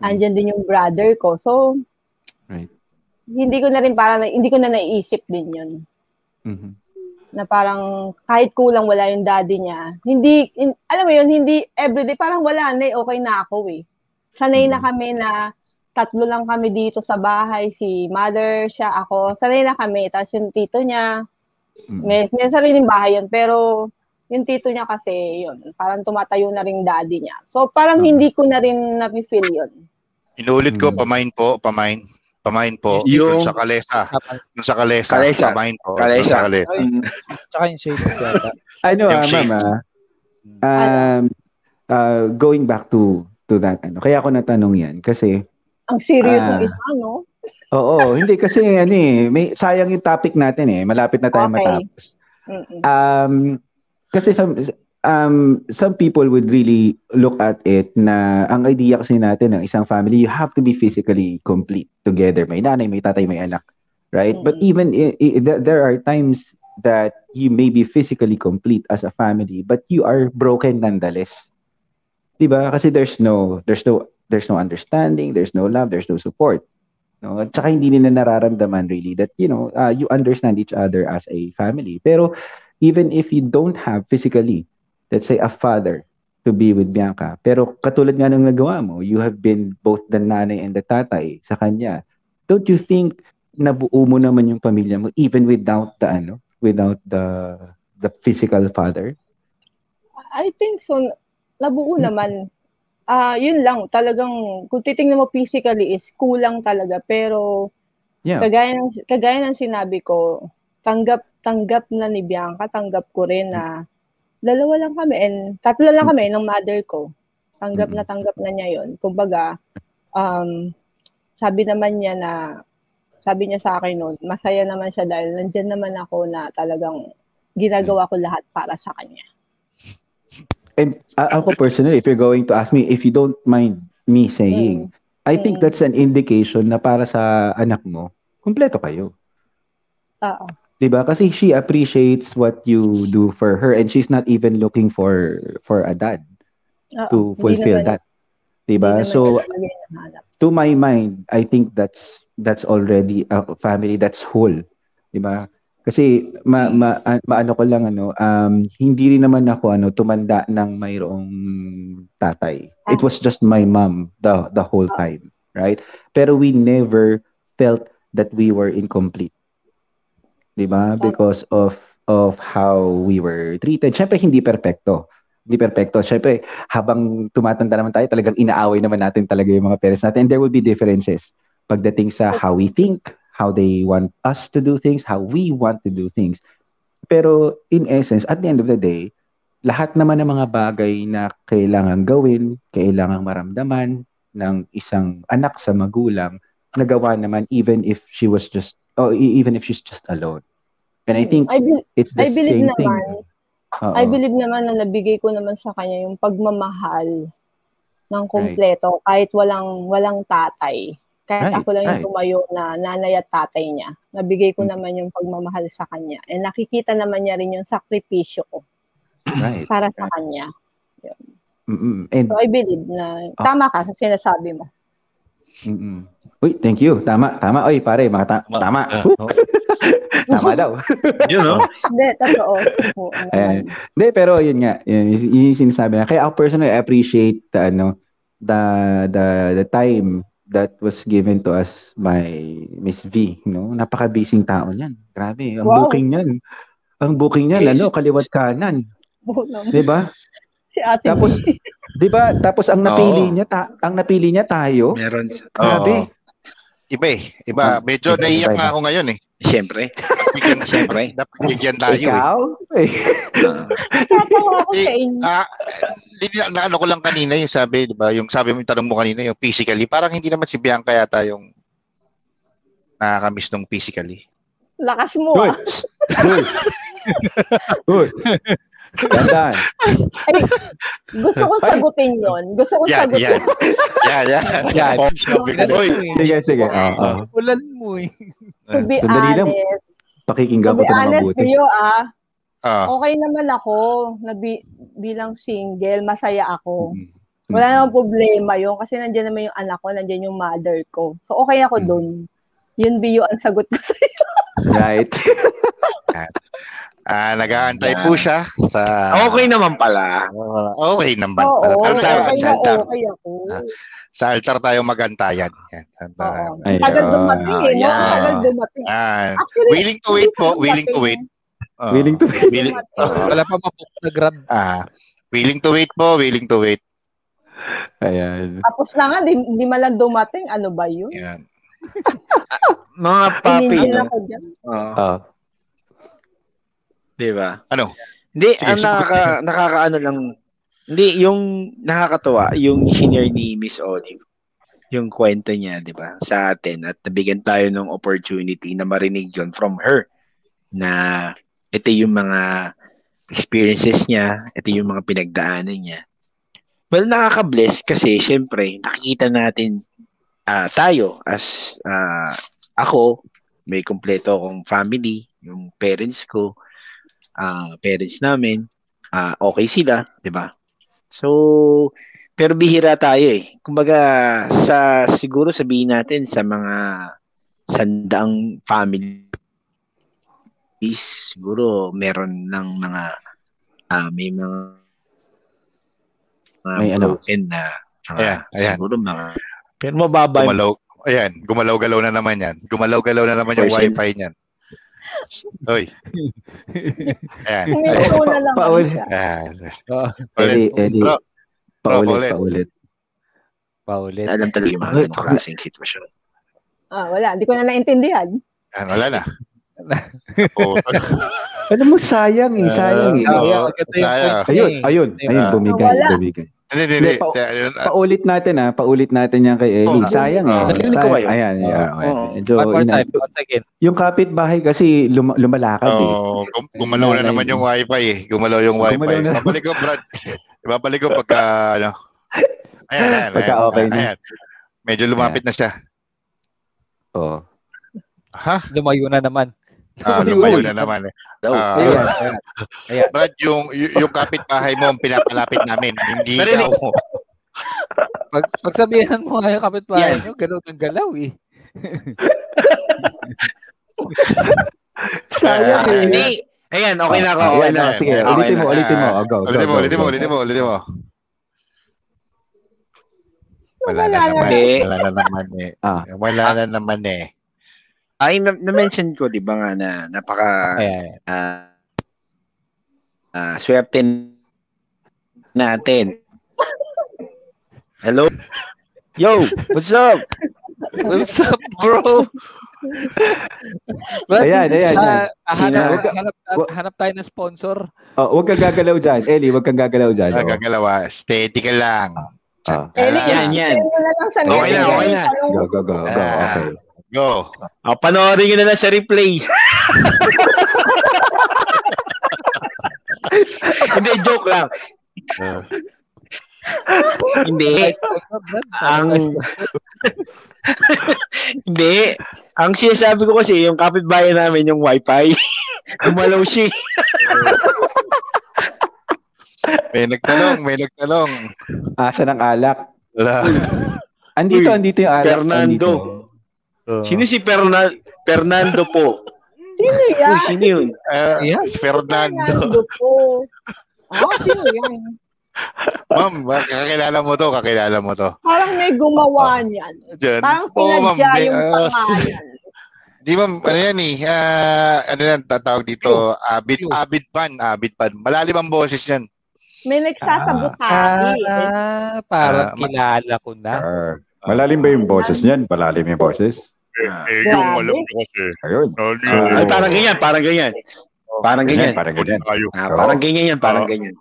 S5: Andyan din yung brother ko. So,
S1: Right.
S5: hindi ko na rin para hindi ko na naiisip din yun
S1: Mhm.
S5: na parang kahit kulang wala yung daddy niya. Hindi, in- alam mo yun, hindi everyday, parang wala na eh, okay na ako eh. Sanay na
S1: Mm.
S5: kami na tatlo lang kami dito sa bahay, si mother, siya, ako. Sanay na kami. Tapos yung tito niya,
S1: Mhm.
S5: may, may sariling bahay yun, pero yung tito niya kasi, yun, parang tumatayo na rin daddy niya. So, parang
S1: Mm.
S5: hindi ko na rin napifeel yun.
S2: Inulit ko,
S1: Hmm.
S2: pamain po, pamain. Pamain po.
S3: Yung-
S2: Yung sa Kalesa. Yung sa Kalesa.
S3: Kalesa.
S2: Pamain po. Yung
S3: Kalesa.
S2: sa Kalesa.
S3: Mm,
S4: Tsaka yung shades yata.
S1: Ano
S2: Yung
S1: ah,
S2: shades.
S1: ma'am ah, um, uh, going back to to that ano. Kaya ako natanong 'yan kasi
S5: Ang serious
S1: Ah.
S5: ng isa, no?
S1: oo, hindi kasi ano eh, may sayang yung topic natin eh. Malapit na tayo
S5: Okay.
S1: matapos.
S5: Mm-mm.
S1: Um kasi some um some people would really look at it na ang idea kasi natin ng isang family, you have to be physically complete together. May nanay, may tatay, may anak, right?
S5: Mm.
S1: But even i- i- th- there are times that you may be physically complete as a family, but you are broken nonetheless. 'di ba? Kasi there's no there's no there's no understanding, there's no love, there's no support. No? At saka hindi nila nararamdaman really that you know, uh, you understand each other as a family. Pero even if you don't have physically, let's say a father to be with Bianca, pero katulad nga ng nagawa mo, you have been both the nanay and the tatay sa kanya. Don't you think nabuo mo naman yung pamilya mo even without the ano, without the the physical father?
S5: I think so. Nabuo naman. Ah, yun lang. Talagang, kung titingnan mo physically is kulang talaga. Pero,
S1: Yeah.
S5: kagaya ng, kagaya ng sinabi ko, tanggap, tanggap na ni Bianca, tanggap ko rin na dalawa lang kami and tatlo lang kami ng mother ko. Tanggap na tanggap na niya yon. Kumbaga, um, sabi naman niya na, sabi niya sa akin noon, masaya naman siya dahil nandyan naman ako na talagang ginagawa ko lahat para sa kanya.
S1: And uh, ako personally, if you're going to ask me, if you don't mind me
S5: Mm.
S1: saying, I think
S5: Mm.
S1: that's an indication na para sa anak mo, kumpleto kayo.
S5: Oo.
S1: 'Di ba? Diba? Kasi she appreciates what you do for her and she's not even looking for for a dad
S5: Oo.
S1: to
S5: Hindi
S1: fulfill
S5: naman-
S1: that.
S5: hindi
S1: 'Di ba?
S5: naman
S1: Diba? So
S5: talaga yun ang hanap.
S1: to my mind, I think that's that's already a family that's whole, 'di ba? Kasi ma, ma, a- maano ko lang ano, um hindi rin naman ako ano tumanda ng mayroong tatay. It was just my mom the the whole time, right? Pero we never felt that we were incomplete. 'Di ba? Because of of how we were treated. Syempre hindi perpekto. Hindi perpekto. Syempre habang tumatanda naman tayo, talagang inaaway naman natin talaga yung mga parents natin. And there will be differences pagdating sa how we think, how they want us to do things, how we want to do things. Pero in essence, at the end of the day, lahat naman ng mga bagay na kailangan gawin, kailangan maramdaman ng isang anak sa magulang, nagawa naman even if she was just, oh, even if she's just alone. And I think
S5: Mm. I, be-
S1: it's
S5: I
S1: the
S5: believe
S1: same
S5: naman,
S1: thing. Oo.
S5: I believe naman na nabigay ko naman sa kanya yung pagmamahal ng kumpleto kahit walang walang tatay. Kahit
S1: Right,
S5: ako lang yung
S1: right.
S5: tumayo na nanay at tatay niya. Nabigay ko
S1: Mm.
S5: naman yung pagmamahal sa kanya. And nakikita naman niya rin yung sakripisyo ko
S1: Right.
S5: para sa kanya.
S1: Mm-mm. And
S5: So I believe na
S1: Ah.
S5: tama ka sa sinasabi mo.
S1: Mm-mm. Uy, thank you. Tama, tama. Uy, pare, mga ta-
S2: Ma-
S1: tama.
S2: [laughs] Ah,
S1: Woo,
S2: oo.
S1: tama daw. [laughs]
S3: Yun, no?
S5: Hindi, totoo. Oo naman.
S1: Ayan. Hindi, pero yun nga. Yun, yun yung sinasabi na. Kaya ako personally, I appreciate the, ano, the, the, the time that was given to us by Miss V. No? Napaka-busy tao niyan. Grabe. Ang
S5: Wow.
S1: booking niyan. Ang booking niyan,
S3: Yes.
S1: ano, kaliwat kanan.
S5: Oo naman.
S1: 'Di ba?
S5: Si ate
S1: Tapos,
S5: May.
S1: 'di ba? Tapos ang napili
S3: Oo.
S1: niya, ta- ang napili niya tayo.
S3: Meron. sa-
S1: Grabe.
S3: Oo.
S2: Iba eh. Iba. Medyo
S1: Iba,
S2: naiyak
S1: iba,
S2: nga
S1: iba.
S2: ako ngayon eh.
S3: Siyempre.
S2: Bigyan-
S3: Siyempre.
S2: Napigyan tayo eh.
S1: Ikaw?
S3: Ah.
S5: Natatawa ako sa inyo.
S2: Ah, hindi na, na- ano ko lang kanina yung sabi, 'di ba? Yung sabi mo yung tanong mo kanina, yung physically, parang hindi naman si Bianca yata yung nakakamiss nung physically.
S5: Lakas mo
S1: Uy.
S5: ah.
S1: Uy. Uy. Tandaan.
S5: Gusto kong
S1: Ay.
S5: sagutin yon. Gusto kong
S2: Yan,
S5: sagutin.
S2: yan. [laughs] Yan, yan.
S1: Yan.
S2: Oh, sabi ko, "Uy,
S1: Sige, sige. Oo, oo.
S4: Ulan mo eh.
S5: To be
S1: Sandali lang.
S5: honest. To
S1: Pakikinggan ko
S5: be
S1: ito na
S5: honest
S1: mabuti.
S5: kayo ah.
S2: ah,
S5: Okay naman ako na bi- bilang single, masaya ako.
S1: Mm.
S5: Wala
S1: Mm.
S5: namang problema yun kasi nandiyan naman yung anak ko, nandiyan yung mother ko. So okay ako
S1: Mm.
S5: doon. Yun Biyo ang sagot ko sa
S1: Right.
S2: ah, nag-aantay po siya sa
S3: Ah,
S2: Ah,
S3: Okay naman pala.
S2: Okay naman.
S5: Oo, okay,
S2: altar,
S3: tama,
S5: na
S2: sa altar.
S5: okay ako.
S2: Ah, Sa altar tayo magantayan. Yan.
S5: Oo.
S1: Ay,
S5: Ang Tagal
S1: oo.
S5: dumating eh, no? Ang
S3: Ayan.
S5: Tagal dumating.
S2: Ah,
S5: Actually,
S2: willing to wait po, willing to wait. Ah,
S1: Willing to wait.
S2: willing- oh,
S4: Wala pa mapok na grab.
S2: ah, willing to wait po, willing to wait.
S1: Ayan.
S5: Tapos na nga, di, di malang dumating. Ano ba yun?
S2: Yan.
S3: Mga papi,
S5: Hindi
S3: no? Ah.
S5: ako dyan.
S3: Oo.
S1: Oh.
S3: Di ba?
S2: Ano?
S3: Hindi,
S2: Sige,
S3: ang
S2: sige.
S3: nakaka, nakakaano lang. Hindi, yung nakakatawa, yung senior ni Miss Olive, yung kwento niya, di ba, sa atin, at nabigyan tayo ng opportunity na marinig yun from her, na ito yung mga experiences niya, ito yung mga pinagdaanan niya. Well, nakaka-bless kasi, syempre, nakikita natin ah, tayo as ah, ako, may kumpleto akong family, yung parents ko, ah, parents namin, ah, okay sila, 'di ba? So, pero bihira tayo eh. Kumbaga sa siguro sabihin natin sa mga sandaang families siguro meron ng mga ah, may mga mga
S1: May ano?
S3: broken na mga-
S2: Ayan, ayan.
S3: siguro mga pero mababa yung
S2: Gumalaw. Ayan, gumalaw-galaw na naman yan. Gumalaw-galaw na naman yung
S3: Person.
S2: wifi niyan. Uy.
S5: [laughs]
S2: Ayan. [laughs] Ayan.
S5: Huminto na lang.
S1: Paul.
S5: siya.
S2: Ayan.
S4: Ah,
S2: Ulit.
S1: Eddie, Eddie.
S2: Bro,
S1: Paulit,
S2: paulit.
S1: paulit.
S4: paulit.
S3: alam talaga yung mga
S1: Uy,
S3: ganong klaseng sitwasyon.
S5: Ah, wala. Hindi ko na naintindihan.
S2: Ayan, wala na.
S1: [laughs]
S2: Oh, Oo.
S1: Alam mo, sayang eh, sayang eh.
S2: Ah, oo. Saya.
S4: Kaya Ah, maganda yung point niya
S1: Ayun,
S4: eh.
S1: ayun, ayun,
S4: Diba?
S1: bumigay,
S5: Wala.
S1: bumigay.
S2: Hindi, hindi,
S1: Hindi,
S2: hindi.
S1: pa-
S2: Kaya, yun, ah,
S1: Paulit natin ah, paulit natin yan kay Ellie.
S3: Oo.
S1: Sayang eh.
S2: Oo.
S3: Narinig ko
S1: Sayang.
S3: kayo.
S1: Ayan, yeah,
S3: Oo.
S1: ayan.
S3: Oo.
S1: So,
S4: One more
S1: ina-
S4: time, once again.
S1: yung kapitbahay kasi lum- lumalakad eh.
S2: oh, gum- gumalaw na naman yung wifi eh. Gumalaw yung wifi.
S1: Gumalaw na.
S2: Babalik ko, Brad. [laughs] Babalik ko pagka, ano. Ayan, ayan,
S1: Pagka
S2: ayan,
S1: okay na.
S2: ayan. Medyo lumapit na siya.
S1: Oo.
S2: Ha?
S4: Lumayo na naman.
S1: [laughs]
S2: Ah, lumayo na naman eh.
S3: Daw.
S2: Ah,
S4: Ayan, ayan.
S2: Brad, yung, y- yung kapitbahay mo ang pinapalapit namin. Hindi ikaw.
S3: Pero
S4: Pag, pagsabihan mo nga yung kapitbahay nyo, ganun ang galaw eh.
S1: Sayang
S2: Ah,
S1: eh.
S3: Hindi. Ayan, okay na ako. Okay
S1: Ayan,
S3: na.
S1: ah, Sige,
S3: Okay
S1: ulitin
S3: na.
S1: mo, ulitin mo. Oh, Go, go,
S2: Ulitin mo,
S1: go,
S2: ulitin mo,
S1: go.
S2: ulitin mo, ulitin mo. Wala
S5: Wala
S2: na naman.
S3: na.
S2: eh. Wala na naman eh.
S1: Ah.
S2: Wala na naman eh.
S3: Ay, na- na-mention ko, di ba nga, na napaka
S4: Ayan.
S3: ah ah, swerte natin. Hello? Yo, what's up?
S2: What's up, bro?
S4: Brad,
S1: Ayan, ayan,
S4: ah, ah, hanap,
S1: Sino?
S4: hanap,
S1: Wa-
S4: hanap tayo ng sponsor.
S1: Oh, huwag kang gagalaw dyan. Ellie, huwag kang gagalaw dyan.
S3: Ah,
S2: Ang gagalawa, steady ka lang.
S1: Ah.
S5: Eli,
S2: Ah,
S3: Yan, yan.
S5: send mo na lang sa
S1: Okay na,
S3: okay na.
S1: Oh. Go, go, go,
S3: Ah.
S1: go.
S2: Ah,
S1: Okay.
S2: Go.
S3: [laughs] Oh, panoorin nyo na lang sa [laughs] replay. Hindi, joke lang.
S2: Eh,
S3: Hindi.
S4: Sponsor,
S2: [laughs]
S4: Brad.
S3: Ang [laughs] Hindi. Ang sinasabi ko kasi, yung kapitbahay namin, yung wifi, [laughs] gumalaw siya. eh.
S2: May nagtanong, may nagtanong.
S1: Asa ng alak.
S2: Wala.
S1: Andito,
S3: Uy,
S1: andito yung alak.
S3: Fernando.
S1: andito.
S2: Ah.
S3: Sino si Fernan Fernando po?
S5: Sino yan?
S3: Uy, sino yun?
S2: Ah,
S4: Yeah.
S2: si Fernando.
S5: po. Ah, sino yan?
S2: Ma'am, ba- kakilala mo to, kakilala mo to.
S5: Parang may gumawa niyan.
S2: Diyan.
S5: Parang
S2: Oo, ma'am,
S5: sinadya
S2: may-
S5: yung
S2: ah,
S5: pangalan.
S2: Di ma'am, ano yan eh. ah, ano yan, tatawag dito. Abid,
S4: Yo.
S2: abid pan, abid pan. Malalim ang boses yan.
S5: May nagsasabotahe.
S4: Ah,
S2: eh. Ah,
S4: parang
S2: ma-
S4: kilala ko na.
S1: Arr. Ah, Malalim ba yung boses niyan? Malalim yung boses?
S2: Eh,
S5: yung alam ko
S2: kasi.
S1: Ayun.
S3: Ah,
S2: Oh.
S3: parang ganyan, parang ganyan. Parang ganyan.
S1: Parang ganyan.
S2: Kayo,
S3: Ah, parang ganyan yan, parang ganyan.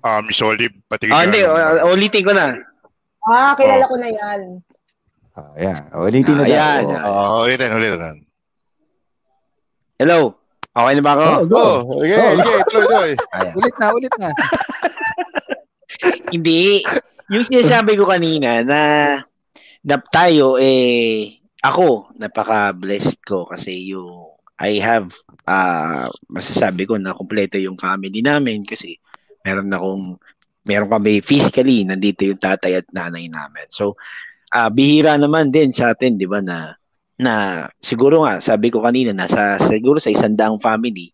S2: ah, Miss Olive, patingin
S3: Ah, hindi, u- ulitin ko na.
S5: Ah, kilala ko na yan.
S1: Ah, Ayan. O, ulitin na
S3: Ayan,
S1: tayo.
S3: ayan.
S2: Oo, Ah, ulitin, ulitin.
S3: Hello? Okay na ba ako?
S1: Oh, go.
S2: Oh, okay, okay, tuloy, tuloy.
S3: Ayan.
S4: Ulit na, ulit na.
S3: Hindi. Yung sinasabi ko kanina na na tayo eh ako napaka-blessed ko kasi yung I have ah masasabi ko na kumpleto yung family namin kasi meron na akong meron kami physically nandito yung tatay at nanay namin. So ah bihira naman din sa atin 'di ba na na siguro nga sabi ko kanina nasa siguro sa isang daang family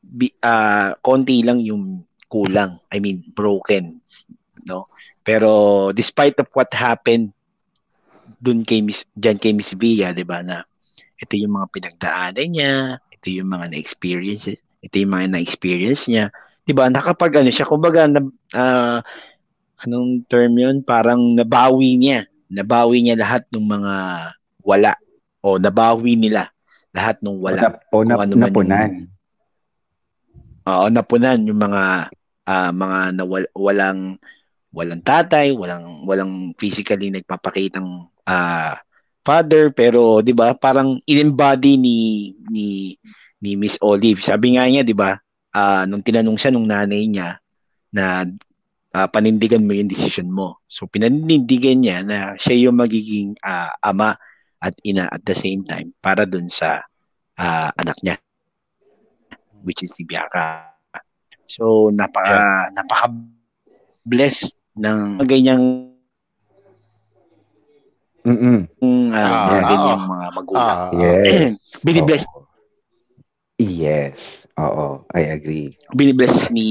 S3: bi, ah, konti lang yung kulang. I mean broken no? Pero despite of what happened dun kay Miss diyan kay Miss Villa, 'di ba na ito yung mga pinagdaanan niya, ito yung mga na-experiences, ito yung mga na-experience niya, 'di ba? Nakapag ano siya, kumbaga na, ah, anong term 'yun? Parang nabawi niya, nabawi niya lahat ng mga wala o nabawi nila lahat ng wala.
S1: O, nap-
S3: Kung ano man
S1: napunan.
S3: Oo, napunan yung mga ah, mga nawal, walang walang tatay, walang walang physically nagpapakitang ah, father pero 'di ba parang in-embody ni ni ni Miss Olive. Sabi nga niya 'di ba ah, nung tinanong siya nung nanay niya na ah, panindigan mo yung decision mo. So pinanindigan niya na siya yung magiging ah, ama at ina at the same time para dun sa ah, anak niya which is si Biaka. So napaka napaka blessed ng ganyang
S1: Mm-mm.
S3: uh,
S2: Ah,
S3: mga
S2: ah,
S3: ganyang mga magulang.
S2: Ah,
S3: Eh, [clears throat]
S1: Yes.
S3: Binibless,
S1: Oo. Yes. Oo. I agree.
S3: Oh. binibless ni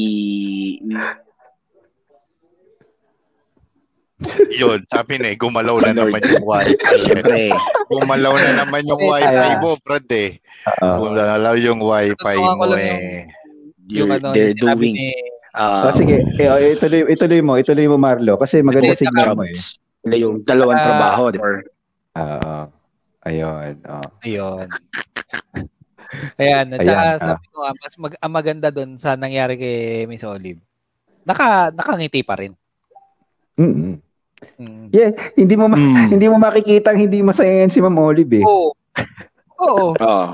S2: yun, sabi na eh, gumalaw na naman yung wifi.
S3: [laughs] Siyempre.
S2: gumalaw na naman yung wifi mo, Brad eh.
S3: Ah.
S1: Oo.
S2: Gumalaw yung wifi
S4: Totoo ako
S2: mo
S4: lang
S2: eh.
S4: Yung ano,
S3: they're
S4: yung sinabi
S3: doing
S4: ni...
S1: Ah,
S3: uh,
S1: sige, eh, oh, ituloy, ituloy mo, ituloy mo Marlo kasi maganda
S4: Hindi,
S1: signal mo eh.
S3: nila yung dalawang
S4: Ah.
S3: trabaho. di [laughs] ba?
S1: Oo. Ayun. oo.
S4: Ayun. Ayan, at saka
S1: Ayan, ah.
S4: sabi ko, ah, mas mag, ang maganda doon sa nangyari kay Miss Olive, naka, nakangiti pa rin. Mm.
S1: Mm-hmm. Yeah, hindi mo ma-
S3: Mm.
S1: hindi mo makikita ang hindi masaya yan si Ma'am Olive. Eh.
S4: Oo. Oo.
S3: Oo.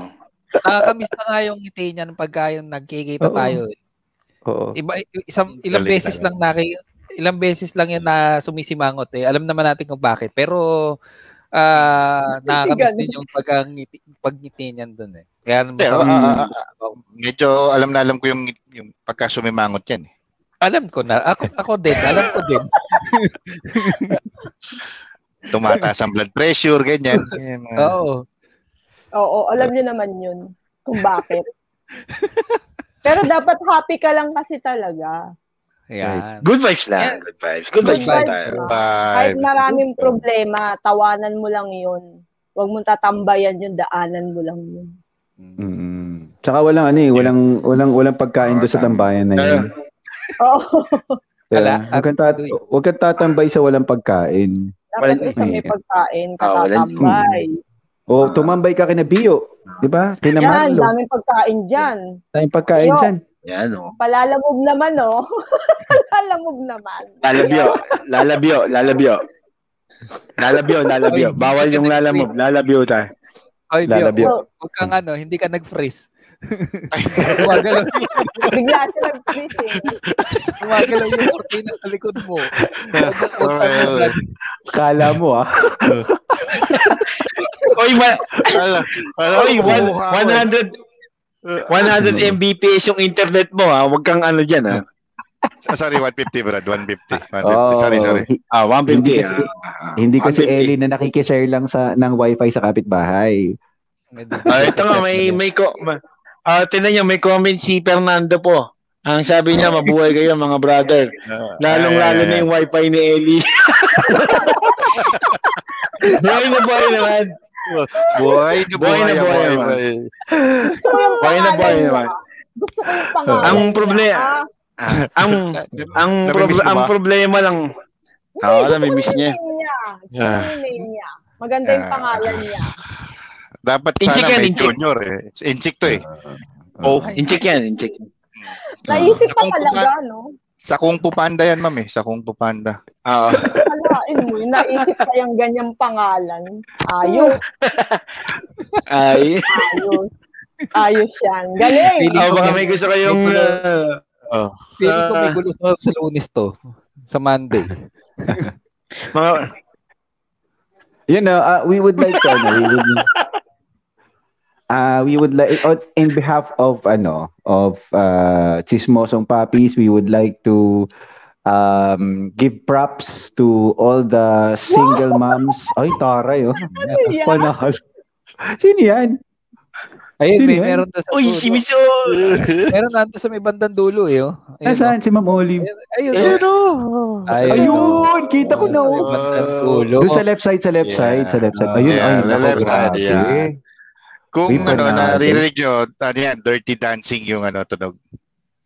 S4: Nakakamiss na nga yung ngiti niya ng pagka yung nagkikita
S1: Oo.
S4: tayo. eh.
S1: Oo.
S4: Iba, isang, ilang
S2: Galing
S4: beses
S2: talaga.
S4: lang naki, ilang beses lang yan na sumisimangot eh. Alam naman natin kung bakit. Pero ah nakakamiss
S5: Ganun.
S4: din yung pagkangiti, pagngiti niyan doon eh. Kaya naman
S2: Pero,
S4: sa-
S2: ah, ah, ah, ah, medyo alam na alam ko yung, yung pagka sumimangot yan. eh.
S4: alam ko na. Ako, ako din. Alam ko
S2: [laughs]
S4: din.
S2: Tumataas ang blood pressure, ganyan. Yan, mga-
S4: Oo.
S5: Oo, alam niyo naman yun kung bakit. Pero dapat happy ka lang kasi talaga.
S4: Yan.
S3: Good vibes lang. Good vibes. Good
S5: Good
S3: vibes lang
S5: vibes
S3: tayo.
S5: lang. Kahit
S2: Five.
S5: maraming problema, tawanan mo lang yun. Huwag mong tatambayan yun, daanan mo lang yun.
S4: Mm.
S1: Mm-mm. Tsaka walang ano eh, walang walang walang pagkain doon sa tambayan
S5: Ah,
S1: na yun.
S5: Oo, ah,
S1: Kaya,
S4: Wala.
S1: huwag kang, tat- huwag kang tatambay sa walang pagkain.
S5: dapat
S3: Walang-
S5: isa may pagkain,
S3: Ah, walang-
S5: katatambay.
S1: O tumambay ka kina Bio, 'di ba? Kina
S5: Ah. Yan,
S1: Manlo.
S5: daming pagkain dyan.
S1: Tayong pagkain
S5: Bio.
S1: dyan.
S3: Yan, oh.
S5: Palalamog naman, oh. [laughs] Palalamog naman.
S3: Lalabyo. Lalabyo. Lalabyo. Lalabyo, lalabyo.
S4: Oy,
S3: Bawal [laughs] yung lalamog. Lalabyo tayo.
S4: Oy,
S1: Lalabyo.
S4: Bio,
S5: Oh,
S4: huwag kang
S2: Hmm.
S4: ano, hindi ka
S2: [laughs]
S4: nag-freeze. Gumagalaw yung,
S5: bigla siya nag-freeze eh.
S4: gumagalaw yung cortina sa likod
S2: [laughs]
S4: mo. Huwag kang huwag kang
S2: Oy, oy.
S4: mag-
S1: Kala mo ah.
S3: Oy, ma-
S2: Wala. Wala.
S3: oy, one-
S2: Buha,
S3: 100 Uh, 100 Mbps yung internet mo ha. Huwag kang ano dyan ha.
S2: Ah, sorry, 150, Brad. 150. 150.
S1: Oo.
S2: [laughs] Sorry, sorry.
S1: Hi-
S2: Ah,
S3: Ah,
S1: Hindi
S3: 150.
S1: kasi- Hindi kasi Ellie na nakikishare lang sa ng wifi sa kapitbahay.
S3: Ah, ito nga may may ko ma- Ah, tinan niyo may comment si Fernando po. Ang sabi niya mabuhay kayo mga brother. Lalong-lalo
S2: Eh,
S3: na yung wifi ni [laughs] Ellie. buhay na buhay naman.
S2: Buhay na buhay
S3: Buhay na
S2: na
S3: buhay
S2: buhay.
S3: naman.
S2: buhay.
S5: Gusto ko yung
S3: Buhay na
S5: pangalan
S3: buhay
S5: niya.
S3: naman.
S5: Gusto ko yung pangalan
S3: Ang
S5: niya.
S3: problema-
S5: Ah,
S3: Ang ang
S2: Namimiss
S3: prob-
S2: mo
S3: ang
S2: ba?
S3: problema lang
S5: Hindi,
S3: Ah,
S5: gusto
S3: alam,
S5: ko
S3: i-miss
S5: yung
S3: niya.
S5: name niya. Gusto
S2: Ah.
S5: ko yung name niya. Maganda yung
S2: Ah.
S5: pangalan niya.
S2: Dapat
S3: Incheck
S2: sana
S3: yan,
S2: may
S3: incheck.
S2: junior eh. Incheck to eh.
S1: Ah,
S2: Oh.
S3: incheck yan, incheck. Ah.
S5: Naisip pa
S2: Kung
S5: talaga, no?
S2: Sa Kung Fu Panda yan, ma'am eh. Sa Kung Fu Panda.
S3: Oo.
S5: Kalain mo, yun. naisip pa yung ganyang pangalan. Ayos,
S3: [laughs] Ay,
S5: ayos. Ayos yan. Galing!
S4: Feeling
S3: oh,
S4: ko
S3: baka may
S4: may-
S3: gusto kayong
S4: may gulo.
S3: ah,
S2: Oh.
S4: Feeling ko may gulo sa, sa lunes to. Sa Monday.
S3: mga
S1: You know, uh, we would like to, ano, we would, uh, we would like, on in behalf of, ano, of uh, Chismosong Puppies, we would like to um, give props to all the single moms. Ay, taray, oh.
S5: Ano yan?
S1: Panahal. Sino yan?
S4: Ayun,
S1: Sino
S4: may
S1: yan?
S4: meron doon sa
S3: Uy,
S4: dulo.
S3: si [laughs] Miss O.
S4: Meron nandun sa may bandang dulo eh. Oh. Ayun,
S1: Nasaan si Ma'am Olive?
S4: oh. Ayun.
S3: Eh,
S4: Ayun. Ayun.
S1: Ayun, kita ko na.
S4: Nasa
S1: oh.
S4: may bandang dulo. Oh,
S1: Doon sa left side, sa left
S2: Yeah.
S1: side, sa left side. Ayun,
S2: Yeah,
S1: ay,
S2: the
S1: nako,
S2: left side,
S1: grabe.
S2: yeah. Kung
S1: Hindi pa
S2: ano,
S1: na-
S2: naririnig nyo, ano yan, dirty dancing yung ano, tunog.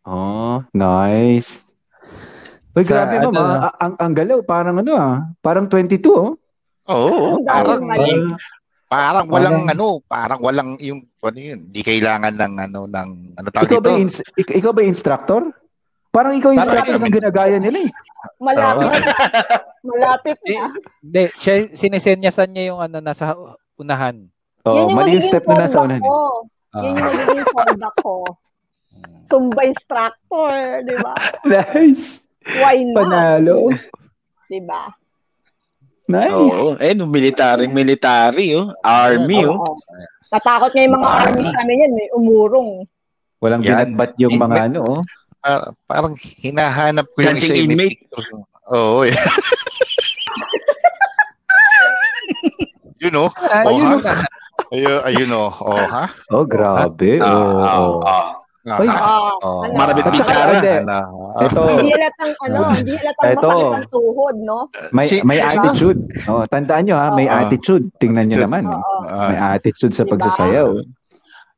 S1: Oh, nice. Uy,
S4: Sa
S1: grabe
S4: ano,
S1: ma'am, ah, ah, ang, ang galaw, parang ano ah, parang 22 oh.
S5: Ang
S2: Oo. Oh,
S5: daming
S2: parang,
S5: mali.
S2: parang, parang walang
S1: Parang-
S2: ano, parang walang yung, ano yun, hindi kailangan ng ano, ng, ano tawag
S1: Ikaw ba,
S2: dito?
S1: ins- ik- ikaw ba instructor? Parang ikaw yung
S4: Parang
S1: instructor
S2: kami.
S1: ng ginagaya nila eh.
S5: Malapit. Malapit
S1: [laughs]
S5: na.
S4: Hindi, siya, sinesenyasan niya yung ano, nasa unahan.
S5: Yan
S1: Oh,
S5: yung
S1: mali yung
S5: magiging
S1: step na nasa
S5: fallback
S1: unan. eh.
S5: ko.
S4: Ah.
S5: Yan yung magiging fallback ko. Zumba instructor, di ba?
S1: [laughs] Nice.
S5: Why not?
S1: Panalo.
S5: Di ba?
S2: Oh,
S1: Nice.
S3: Oo, eh, no, military, military, oh. Army, oh.
S5: Oo. Natakot nga yung mga army kami yan, may umurong.
S1: Walang
S2: Yan.
S1: binatbat yung mga
S2: Inmate.
S1: ano oh.
S2: Par- parang hinahanap ko yung
S3: Dancing
S2: isa yung
S3: inmate.
S2: picture ko. Oo, eh. [laughs] you know?
S4: Ah,
S2: Oh,
S4: yun
S2: ha?
S4: yung nasa-
S2: Ayun, ayun oh. Oh, ha?
S1: Oh, grabe.
S3: Ah, ah,
S1: Oh, oh.
S3: ah.
S2: Ah,
S1: Ay.
S2: ha?
S5: Ah,
S2: Oh,
S5: ano?
S3: Marabit
S2: ah,
S3: bicara.
S2: ah, ah, ah.
S1: Ito,
S5: Hindi halatang ano,
S1: Ah.
S5: hindi halatang
S1: Eto.
S5: makalat ng tuhod, no?
S1: may
S2: Si-
S1: may
S2: si-
S1: attitude. Oh, tandaan nyo ha, may
S2: Ah.
S1: attitude. Tingnan nyo
S2: Attitude.
S1: naman. eh.
S5: Oo. [laughs]
S2: Ah,
S1: May attitude sa
S5: Diba?
S1: pagsasayaw.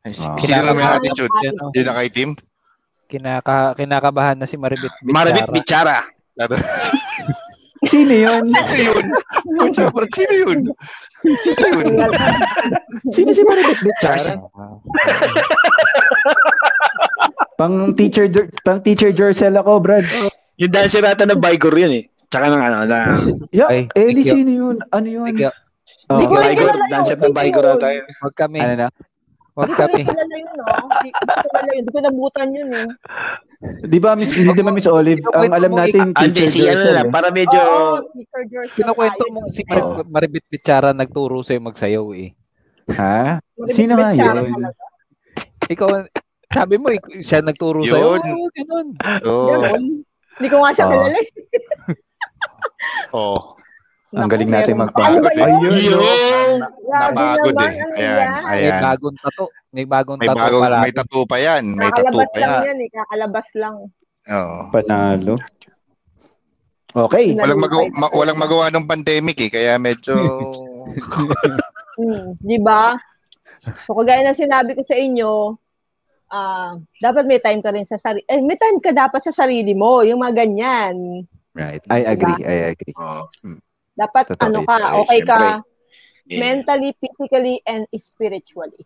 S2: ay, si-
S1: Ah.
S2: Sino na may attitude?
S4: Yan, oh.
S2: Yun na kay Tim?
S4: Kinaka, kinakabahan na si Maribit Bicara.
S3: Marabit Bichara.
S1: Sino yun?
S2: Sino yun? Pucha, bro, Sino yun? Sino yun?
S1: Sino si Maribit Bichara?
S3: Tsaka si-
S1: Pang teacher pang teacher Jorcel ako, Brad.
S3: Oh. Yung dancer ata na Baygor yun eh. Tsaka ng ano, na,
S1: Yeah,
S4: Ay,
S1: eh, di
S4: thank you.
S1: sino yun? Ano yun?
S4: Thank you.
S1: Oh,
S5: Hindi ko rin
S3: Baygod,
S5: kilala yun.
S3: dance up ng Baygod
S5: Hindi
S3: ata
S5: yun.
S3: yun.
S4: Huwag kami.
S1: ano na?
S4: Huwag
S5: Hindi ko
S4: kami.
S5: rin
S1: Ano
S5: kilala yun, no? Hindi hindi ko kilala yun. Hindi ko nabutan yun, eh.
S1: Di ba, Miss, hindi naman Miss Olive,
S4: Kinukwento
S1: ang alam
S4: mo,
S1: natin,
S3: Ah, Hindi,
S1: teacher
S3: si ano
S1: Joyce,
S3: lang,
S1: eh.
S3: para medyo,
S5: Oo, Mr. George.
S4: Kinukwento mo si
S3: Oh.
S4: Mar- Maribit Pichara nagturo sa'yo magsayaw eh.
S1: Ha?
S5: Maribel
S1: Sino nga
S5: Bechara
S1: yun?
S5: talaga.
S4: Ikaw, sabi mo, ik- siya nagturo
S2: Yun.
S4: sa'yo. Oo, ganun.
S2: Oo.
S5: Ganun. Hindi ko nga siya
S1: Oo.
S5: kilala. eh.
S2: Oo.
S1: Ang galing
S5: Naku,
S1: natin
S5: meron pa.
S1: magpapagod.
S5: Ano ba yun?
S1: Ayun,
S2: Yung-
S5: Grabe
S2: Napagod
S5: naman.
S2: eh.
S5: Ano
S2: Ayan,
S5: yan?
S4: May
S2: ayan.
S4: bagong tato. May bagong
S2: May
S4: tato
S2: bago,
S4: pala.
S2: may tattoo pa yan. May tattoo
S5: Kakalabas
S2: pa
S5: lang
S2: yan. Oh.
S5: yan eh. Kakalabas lang.
S2: Oo.
S1: Panalo. Okay.
S5: Wala-
S2: Walang, magawa, ma- walang magawa ng pandemic eh, kaya [laughs] medyo...
S5: Mm, di ba? So, kagaya ng sinabi ko sa inyo, ah, dapat may time ka rin sa sarili. Eh, may time ka dapat sa sarili mo. Yung mga ganyan.
S1: Right. I agree. I agree.
S3: oh,
S5: Dapat
S1: Totoo
S5: ano
S1: yun.
S5: ka,
S2: Ay,
S5: okay ka
S3: yeah.
S5: mentally, physically, and spiritually.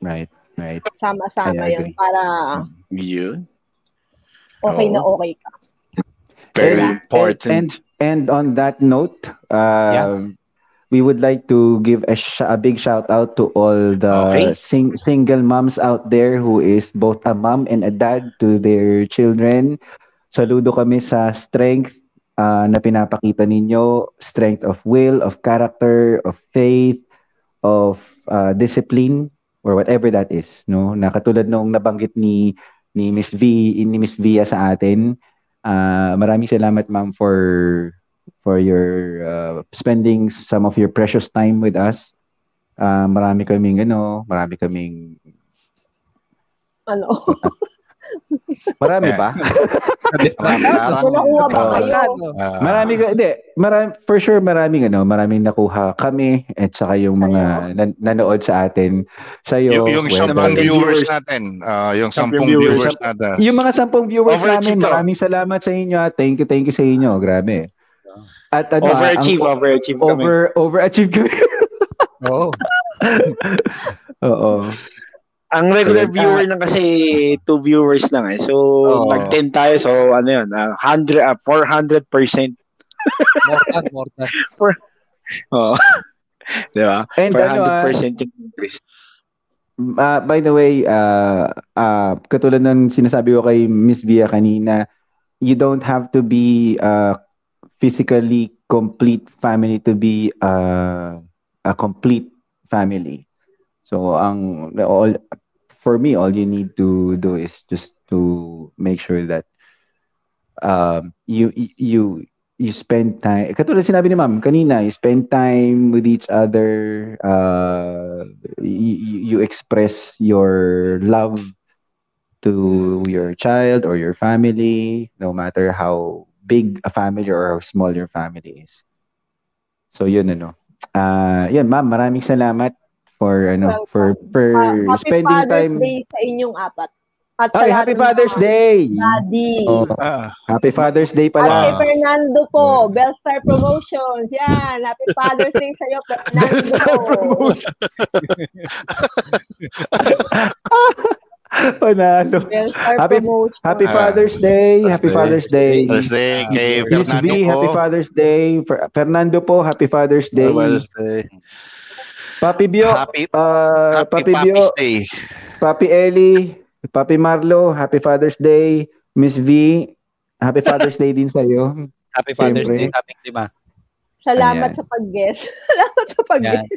S1: Right. Right.
S5: Sama-sama
S1: I
S5: yan
S1: agree.
S5: para
S3: Yun.
S5: okay
S3: Oo.
S5: na okay ka.
S3: Very
S1: And-
S3: important.
S1: And, and on that note, uh,
S4: Yeah.
S1: we would like to give a, sh- a big shout out to all the
S3: Okay.
S1: sing- single moms out there who is both a mom and a dad to their children. Saludo kami sa strength uh, na pinapakita ninyo, strength of will, of character, of faith, of uh, discipline or whatever that is, no? Na katulad nung nabanggit ni ni Miss V, ni Miss Via sa atin. Uh, maraming salamat ma'am for for your uh, spending some of your precious time with us. Uh, marami kaming ano, marami kaming
S5: Ano?
S1: marami
S2: [laughs]
S1: ba?
S5: Ano nakuha ba
S1: Oo.
S5: kayo?
S2: Ah,
S1: Marami ka, hindi, marami, for sure maraming ano, maraming nakuha kami at saka yung mga nan- nanood sa atin sa
S2: yung, yung sampung
S3: naman.
S2: viewers
S3: Viewers.
S2: natin. ah, yung
S3: Sampung
S2: sampung
S3: viewers.
S2: viewers natin.
S1: Yung mga sampung viewers
S3: Overachieve
S1: namin,
S3: to.
S1: maraming salamat sa inyo. ah. Thank you, thank you sa inyo. Grabe. At ano, ah,
S3: Overachieve,
S1: ang-
S3: overachieve kami.
S1: over, overachieve kami. [laughs]
S4: Oo.
S1: Oo.
S3: Ang regular
S1: Correct.
S3: viewer lang kasi two viewers lang eh. So,
S2: Oo.
S3: nag-10 tayo. So, ano yun, ah, 100, ah, 400%.
S4: More than, more than.
S3: Oh. [laughs] Di ba?
S1: And ano, ah,
S3: 400% yung increase.
S1: ah, by the way, ah, ah, katulad ng sinasabi ko kay Miss Via kanina, you don't have to be ah, physically complete family to be ah, a complete family. So ang all for me all you need to do is just to make sure that um you you you spend time katulad sinabi ni ma'am kanina you spend time with each other uh you, you- you express your love to your child or your family no matter how big a family or how small your family is so yun ano ah yun ma'am maraming salamat for ano for for
S5: Ah, [laughs] happy
S1: spending
S5: Father's
S1: time
S5: Day sa inyong apat. At sa
S1: Ay,
S5: lahat
S1: happy
S5: ng mga
S1: Father's Day
S5: Daddy.
S1: Oh,
S2: Ah,
S1: happy Father's Day
S5: At
S1: pala
S5: kay Fernando po, Bellstar Promotions. Yan, happy Father's Day sa'yo, Fernando.
S1: Bellstar Promotions. [laughs] Panalo.
S5: Bellstar
S1: Happy-
S5: Promotions.
S1: Happy
S2: Ah.
S1: Father's Day.
S2: Father's
S1: Happy
S2: Day.
S1: Father's Day.
S2: Thursday kay
S1: Miss V,
S2: Fernando po.
S1: Happy Father's Day. Fer- Fernando po, Happy Father's Day.
S2: Thursday.
S1: Papi Bio,
S2: Happy,
S1: uh,
S2: happy
S1: Papi Bio,
S2: Papi's Day.
S1: Papi Eli, Papi Marlo, Happy Father's Day. Miss V, Happy Father's Day din sa'yo.
S5: [laughs]
S4: Happy Father's
S1: Siyempre.
S4: Day sa ating lima.
S5: Salamat
S1: Ayan.
S5: sa pag-guess. [laughs] Salamat sa pag-guess.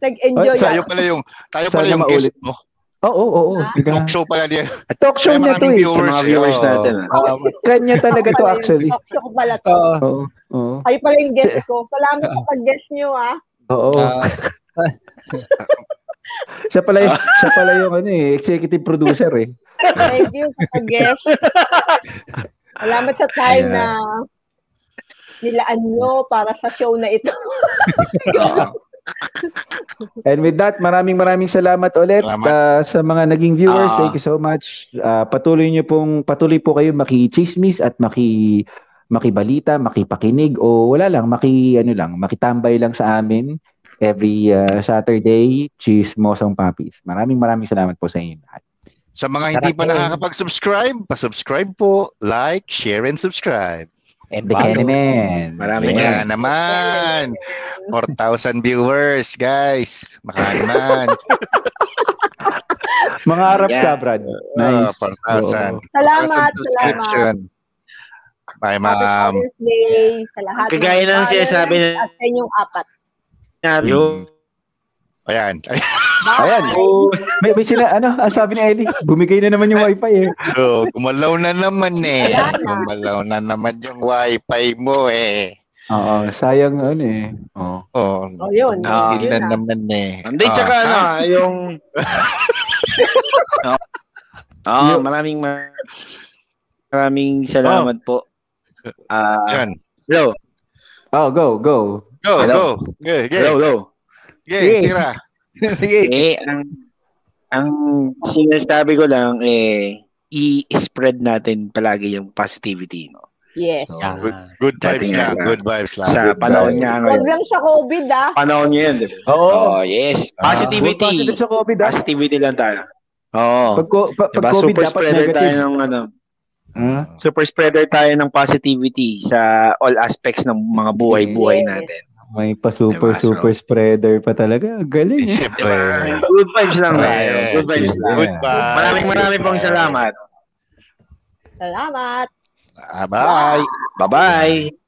S5: Nag-enjoy
S1: Ay,
S5: ako.
S2: Tayo pala yung, tayo pala
S1: Sana
S2: yung guest mo.
S1: Oo, oo, oo.
S5: Ah.
S1: Ika
S2: Talk
S1: nga.
S2: show pala niya.
S1: Diba? Talk show
S2: Kaya
S1: niya to
S2: maraming
S1: eh.
S3: Sa mga viewers
S2: oh.
S3: natin. ah.
S4: Ah,
S1: Kanya talaga
S2: [laughs]
S1: to actually.
S5: [laughs] Talk show ko pala to.
S4: Oo.
S1: Oo, oo.
S5: Kayo pala yung guess ko. Salamat sa pag-guess nyo, ah.
S1: Oo.
S4: Ah,
S1: Siya pala, yung- [laughs] siya pala yung ano eh, executive producer eh.
S5: Thank you sa pag-guess.
S1: [laughs]
S5: Salamat sa time
S1: Ayan.
S5: na nilaan nyo para sa show na ito.
S3: ah.
S1: And with that, maraming maraming salamat ulit
S2: Salamat.
S1: ah, sa mga naging viewers.
S3: Ah.
S1: Thank you so much. Ah, patuloy niyo pong patuloy po kayo makichismis at maki makibalita, makipakinig o wala lang maki ano lang, makitambay lang sa amin every ah, Saturday, Chismosang Papis. Maraming maraming salamat po sa inyo lahat.
S2: Sa mga hindi pa nakakapag-subscribe, pa-subscribe po, like, share, and subscribe.
S1: And Bikini Man.
S2: Marami yeah. na naman. 4,000 viewers, guys. Maka naman.
S1: mga harap yeah. ka, Brad.
S2: Nice. Oh, 4,000.
S5: Salamat, salamat.
S2: Bye, ma'am.
S5: Happy Day sa lahat.
S3: Kagaya ng sinasabi na.
S5: At sa inyong apat.
S3: Sabi. Mm.
S2: Ayan. [laughs]
S1: Ayan. Oh. May, may sila, ano, ang sabi ni Ellie, bumigay na naman yung wifi eh.
S2: Oo, oh, gumalaw na naman eh. Gumalaw na naman yung wifi mo eh.
S1: Oo, sayang ano eh. Oo.
S2: Oh.
S5: Oh, yun.
S2: Oh,
S5: yun
S2: na naman eh.
S3: Hindi,
S2: oh.
S3: tsaka ano, yung... [laughs] Oo, oh, Ah. maraming maraming salamat po.
S2: Ah, uh,
S3: Hello.
S1: Oh, go, go.
S2: Go,
S3: Hello.
S2: go. Yeah, yeah.
S3: Hello, hello.
S2: Yeah, tira.
S4: Sige.
S3: Eh, ang, ang sinasabi ko lang, eh, i-spread natin palagi yung positivity, no?
S5: Yes.
S4: Yeah.
S2: Good, good vibes
S3: Dating
S2: lang.
S3: nga.
S2: Good vibes lang.
S3: Sa
S2: Good
S3: panahon
S2: vibes.
S3: niya
S5: Huwag
S3: ngayon.
S5: lang sa COVID, ah.
S3: Panahon niya yun, di ba?
S1: Oo.
S3: Oh, yes.
S1: Huwag
S3: Positivity.
S1: positive sa COVID ah.
S3: Positivity lang tayo. Oo.
S1: Pag, co- pag,
S3: Diba,
S1: pag COVID
S3: super
S1: dapat
S3: spreader
S1: negative.
S3: tayo ng ano,
S1: Hmm?
S3: super spreader tayo ng positivity sa all aspects ng mga buhay-buhay
S5: Yes.
S3: natin.
S1: May pa super
S3: Diba, so-
S1: super spreader pa talaga. Ang
S2: Eh,
S1: Galing eh.
S2: Siyempre.
S3: Good vibes lang tayo.
S2: Eh,
S3: Good vibes lang.
S2: Good vibes.
S3: Maraming maraming pong salamat.
S5: Salamat.
S2: Ah, Bye.
S3: Bye-bye.